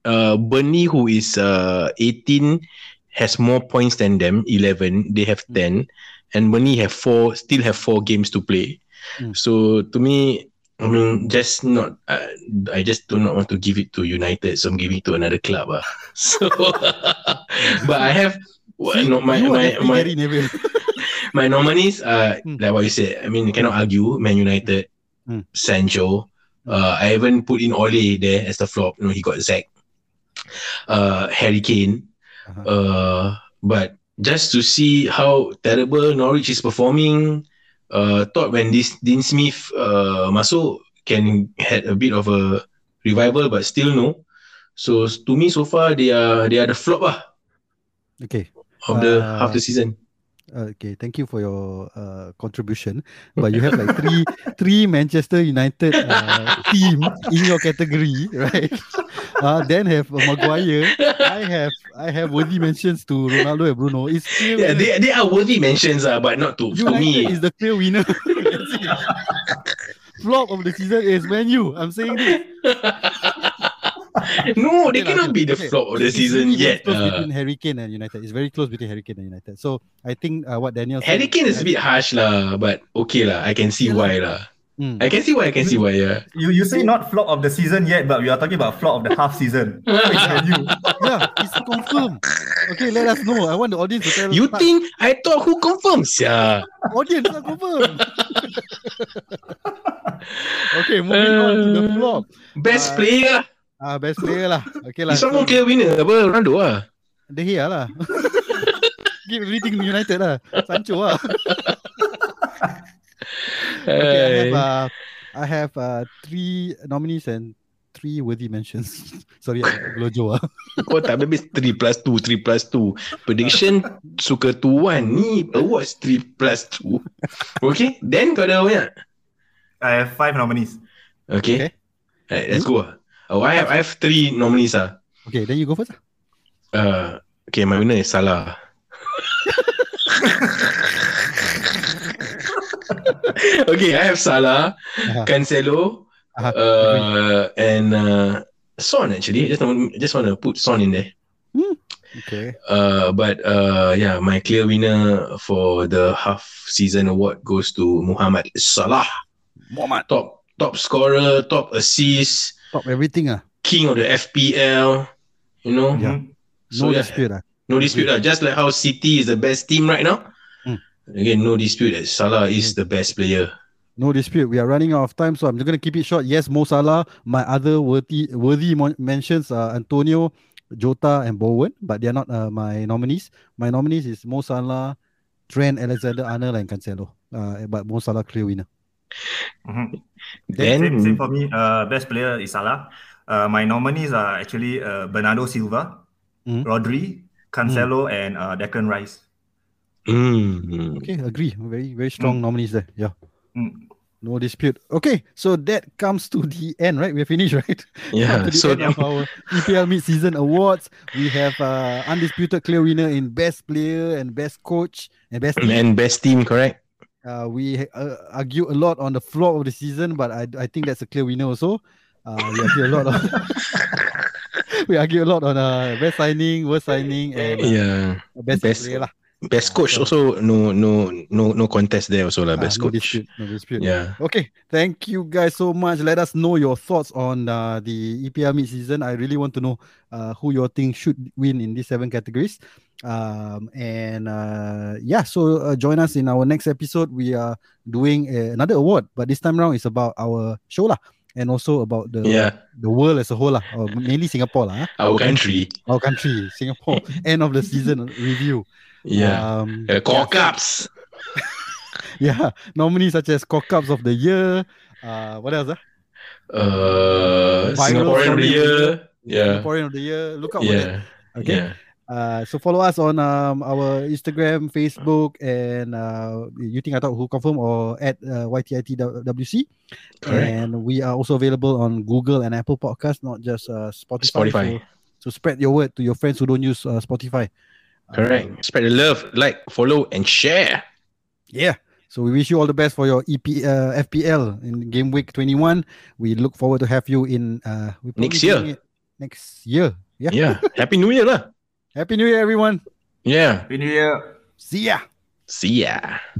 Speaker 3: uh Burnley who is uh 18 has more points than them 11 they have
Speaker 2: Hmm.
Speaker 3: 10 and Burnley have four still have four games to play
Speaker 2: Mm.
Speaker 3: so to me I mean just not uh, I just do not want to give it to United so I'm giving it to another club ah. so but I have well,
Speaker 2: See,
Speaker 3: no, my,
Speaker 2: you are
Speaker 3: my,
Speaker 2: happy
Speaker 3: my,
Speaker 2: Gary Neville.
Speaker 3: my nominees are
Speaker 2: Mm.
Speaker 3: like what you said. I mean, you cannot argue. Man United,
Speaker 2: Mm.
Speaker 3: Sancho. Uh, I even put in Ole there as the flop. No, he got sacked. Uh, Harry Kane.
Speaker 2: Uh-huh.
Speaker 3: Uh, but just to see how terrible Norwich is performing, uh, thought when this Dean Smith uh, masuk can had a bit of a revival, but still no. So to me, so far they are they are the flop ah,
Speaker 2: Okay.
Speaker 3: of the
Speaker 2: Ah.
Speaker 3: half the season.
Speaker 2: Uh, okay. Thank you for your uh, contribution. But you have like three three Manchester United uh, team in your category, right? Uh, then have uh, Maguire. I have I have worthy mentions to Ronaldo and Bruno. It's clear
Speaker 3: Yeah, they, they are worthy mentions, ah, but not to, to
Speaker 2: United
Speaker 3: me.
Speaker 2: is the clear winner. Flop of the season is Manu. I'm saying this.
Speaker 3: no,
Speaker 2: Okay
Speaker 3: they
Speaker 2: lah,
Speaker 3: cannot
Speaker 2: okay,
Speaker 3: be the
Speaker 2: okay.
Speaker 3: flop of the
Speaker 2: It's
Speaker 3: season
Speaker 2: really very
Speaker 3: yet.
Speaker 2: Close
Speaker 3: Uh,
Speaker 2: between Harry Kane and United. It's very close between Harry Kane and United. So I think uh, what Daniel said-
Speaker 3: Harry Kane is a bit harsh lah, but okay lah. I can see
Speaker 2: Yeah lah.
Speaker 3: why lah.
Speaker 2: Mm.
Speaker 3: I can see why. I can see why. Yeah.
Speaker 4: You you say not flop of the season yet, but we are talking about flop of the half season. It's Man U.
Speaker 2: yeah, it's confirmed. Okay, let us know. I want the audience to tell
Speaker 3: You
Speaker 2: us.
Speaker 3: think I thought who confirms? Yeah.
Speaker 2: Audience, are confirmed. okay, moving on to the
Speaker 3: Uh,
Speaker 2: flop. Uh,
Speaker 3: Best player. lah.
Speaker 2: Ah, best player lah. Okay lah.
Speaker 3: Is someone clear winner? Apa Ronaldo ah?
Speaker 2: De Gea lah. Give everything to United lah. Sancho lah. Okay, I have,
Speaker 3: Uh,
Speaker 2: uh, I have uh, three nominees and three worthy mentions. Sorry, I- Lojo. ah.
Speaker 3: Eh, Kau tak habis 3 plus 2 3 plus 2 Prediction Suka 2-1 Ni awards 3 plus 2 Okay Then kau ada banyak
Speaker 4: I have five nominees.
Speaker 2: Okay.
Speaker 3: Okay, lah. Alright, let's go ah. Oh, I have, I have three nominees ah.
Speaker 2: Okay, then you go first.
Speaker 3: uh, Okay, my winner is Salah. okay, I have Salah,
Speaker 2: Uh-huh.
Speaker 3: Cancelo,
Speaker 2: Uh-huh.
Speaker 3: uh, and uh, Son actually. Just want just want to put Son in there.
Speaker 2: Okay.
Speaker 3: Uh, but uh, yeah, my clear winner for the half season award goes to Muhammad Salah. Muhammad. Top top scorer, top assist,
Speaker 2: Top everything ah.
Speaker 3: king of the FPL. You know,
Speaker 2: Yeah. No
Speaker 3: So, yeah.
Speaker 2: dispute ah.
Speaker 3: no dispute lah. Just like how City is the best team right now.
Speaker 2: Mm.
Speaker 3: Again, no dispute that Salah is the best player.
Speaker 2: No dispute. We are running out of time, so I'm just gonna keep it short. Yes, Mo Salah. My other worthy worthy mon- mentions are Antonio, Jota, and Bowen, but they are not uh, my nominees. My nominees is Mo Salah, Trent, Alexander Arnold, and Cancelo. Uh, but Mo Salah clear winner.
Speaker 4: Mhm. Same, same
Speaker 3: Then
Speaker 4: for me. Uh, best player is Salah. Uh, my nominees are actually uh, Bernardo Silva,
Speaker 2: Mhm.
Speaker 4: Rodri,
Speaker 2: Mm.
Speaker 4: Cancelo, and uh, Declan Rice.
Speaker 3: Mm.
Speaker 2: Okay, agree. Very very strong
Speaker 3: Hmm.
Speaker 2: nominees there. Yeah.
Speaker 4: Mm.
Speaker 2: No dispute. Okay, so that comes to the end, right? We're finished, right?
Speaker 3: Yeah,
Speaker 2: to the
Speaker 3: Uh, so
Speaker 2: end of our E EPL mid-season awards, we have uh, undisputed clear winner in best player and best coach and best. Team.
Speaker 3: and best team, correct?
Speaker 2: Uh, we uh, argue a lot on the floor of the season, but I, I think that's a clear winner also. Uh, we argue a lot. On, we argue a lot on uh, best signing, worst signing, and uh,
Speaker 3: Yeah,
Speaker 2: best,
Speaker 3: Best
Speaker 2: player lah.
Speaker 3: best coach also no no no no contest there also lah.
Speaker 2: Ah,
Speaker 3: Best
Speaker 2: no
Speaker 3: coach.
Speaker 2: dispute. No dispute.
Speaker 3: Yeah.
Speaker 2: Okay, thank you guys so much. Let us know your thoughts on uh, the EPL mid-season. I really want to know uh, who your team should win in these seven categories. Um, and uh, yeah, so uh, join us in our next episode. We are doing uh, another award, but this time around it's about our show lah, and also about the
Speaker 3: Yeah,
Speaker 2: the world as a whole lah, or mainly Singapore lah, ah.
Speaker 3: our country.
Speaker 2: our country, Singapore. End of the season review.
Speaker 3: Yeah.
Speaker 2: Um,
Speaker 3: Uh, cock ups.
Speaker 2: yeah, nominees such as Cock Ups of the Year. Uh, what else? ah? Viral
Speaker 3: Uh, Singaporean of the
Speaker 2: story.
Speaker 3: year. Yeah.
Speaker 2: Singaporean of the Year. Look out for that.
Speaker 3: Yeah.
Speaker 2: Okay.
Speaker 3: Yeah.
Speaker 2: Uh, so follow us on um, our Instagram, Facebook, and uh, you think I thought who confirm or at uh, YTITWC.
Speaker 3: Correct.
Speaker 2: And we are also available on Google and Apple Podcasts, not just uh, Spotify.
Speaker 3: Spotify.
Speaker 2: So, so spread your word to your friends who don't use uh, Spotify. Uh,
Speaker 3: Correct. Spread the love, like, follow, and share.
Speaker 2: yeah. So we wish you all the best for your EP, uh, FPL in game week 21. We look forward to have you in uh, we probably
Speaker 3: Next year.
Speaker 2: doing it Next year. Yeah.
Speaker 3: Yeah. Happy New Year lah.
Speaker 2: Happy New Year, everyone.
Speaker 3: Yeah.
Speaker 4: Happy New Year.
Speaker 2: See ya.
Speaker 3: See ya.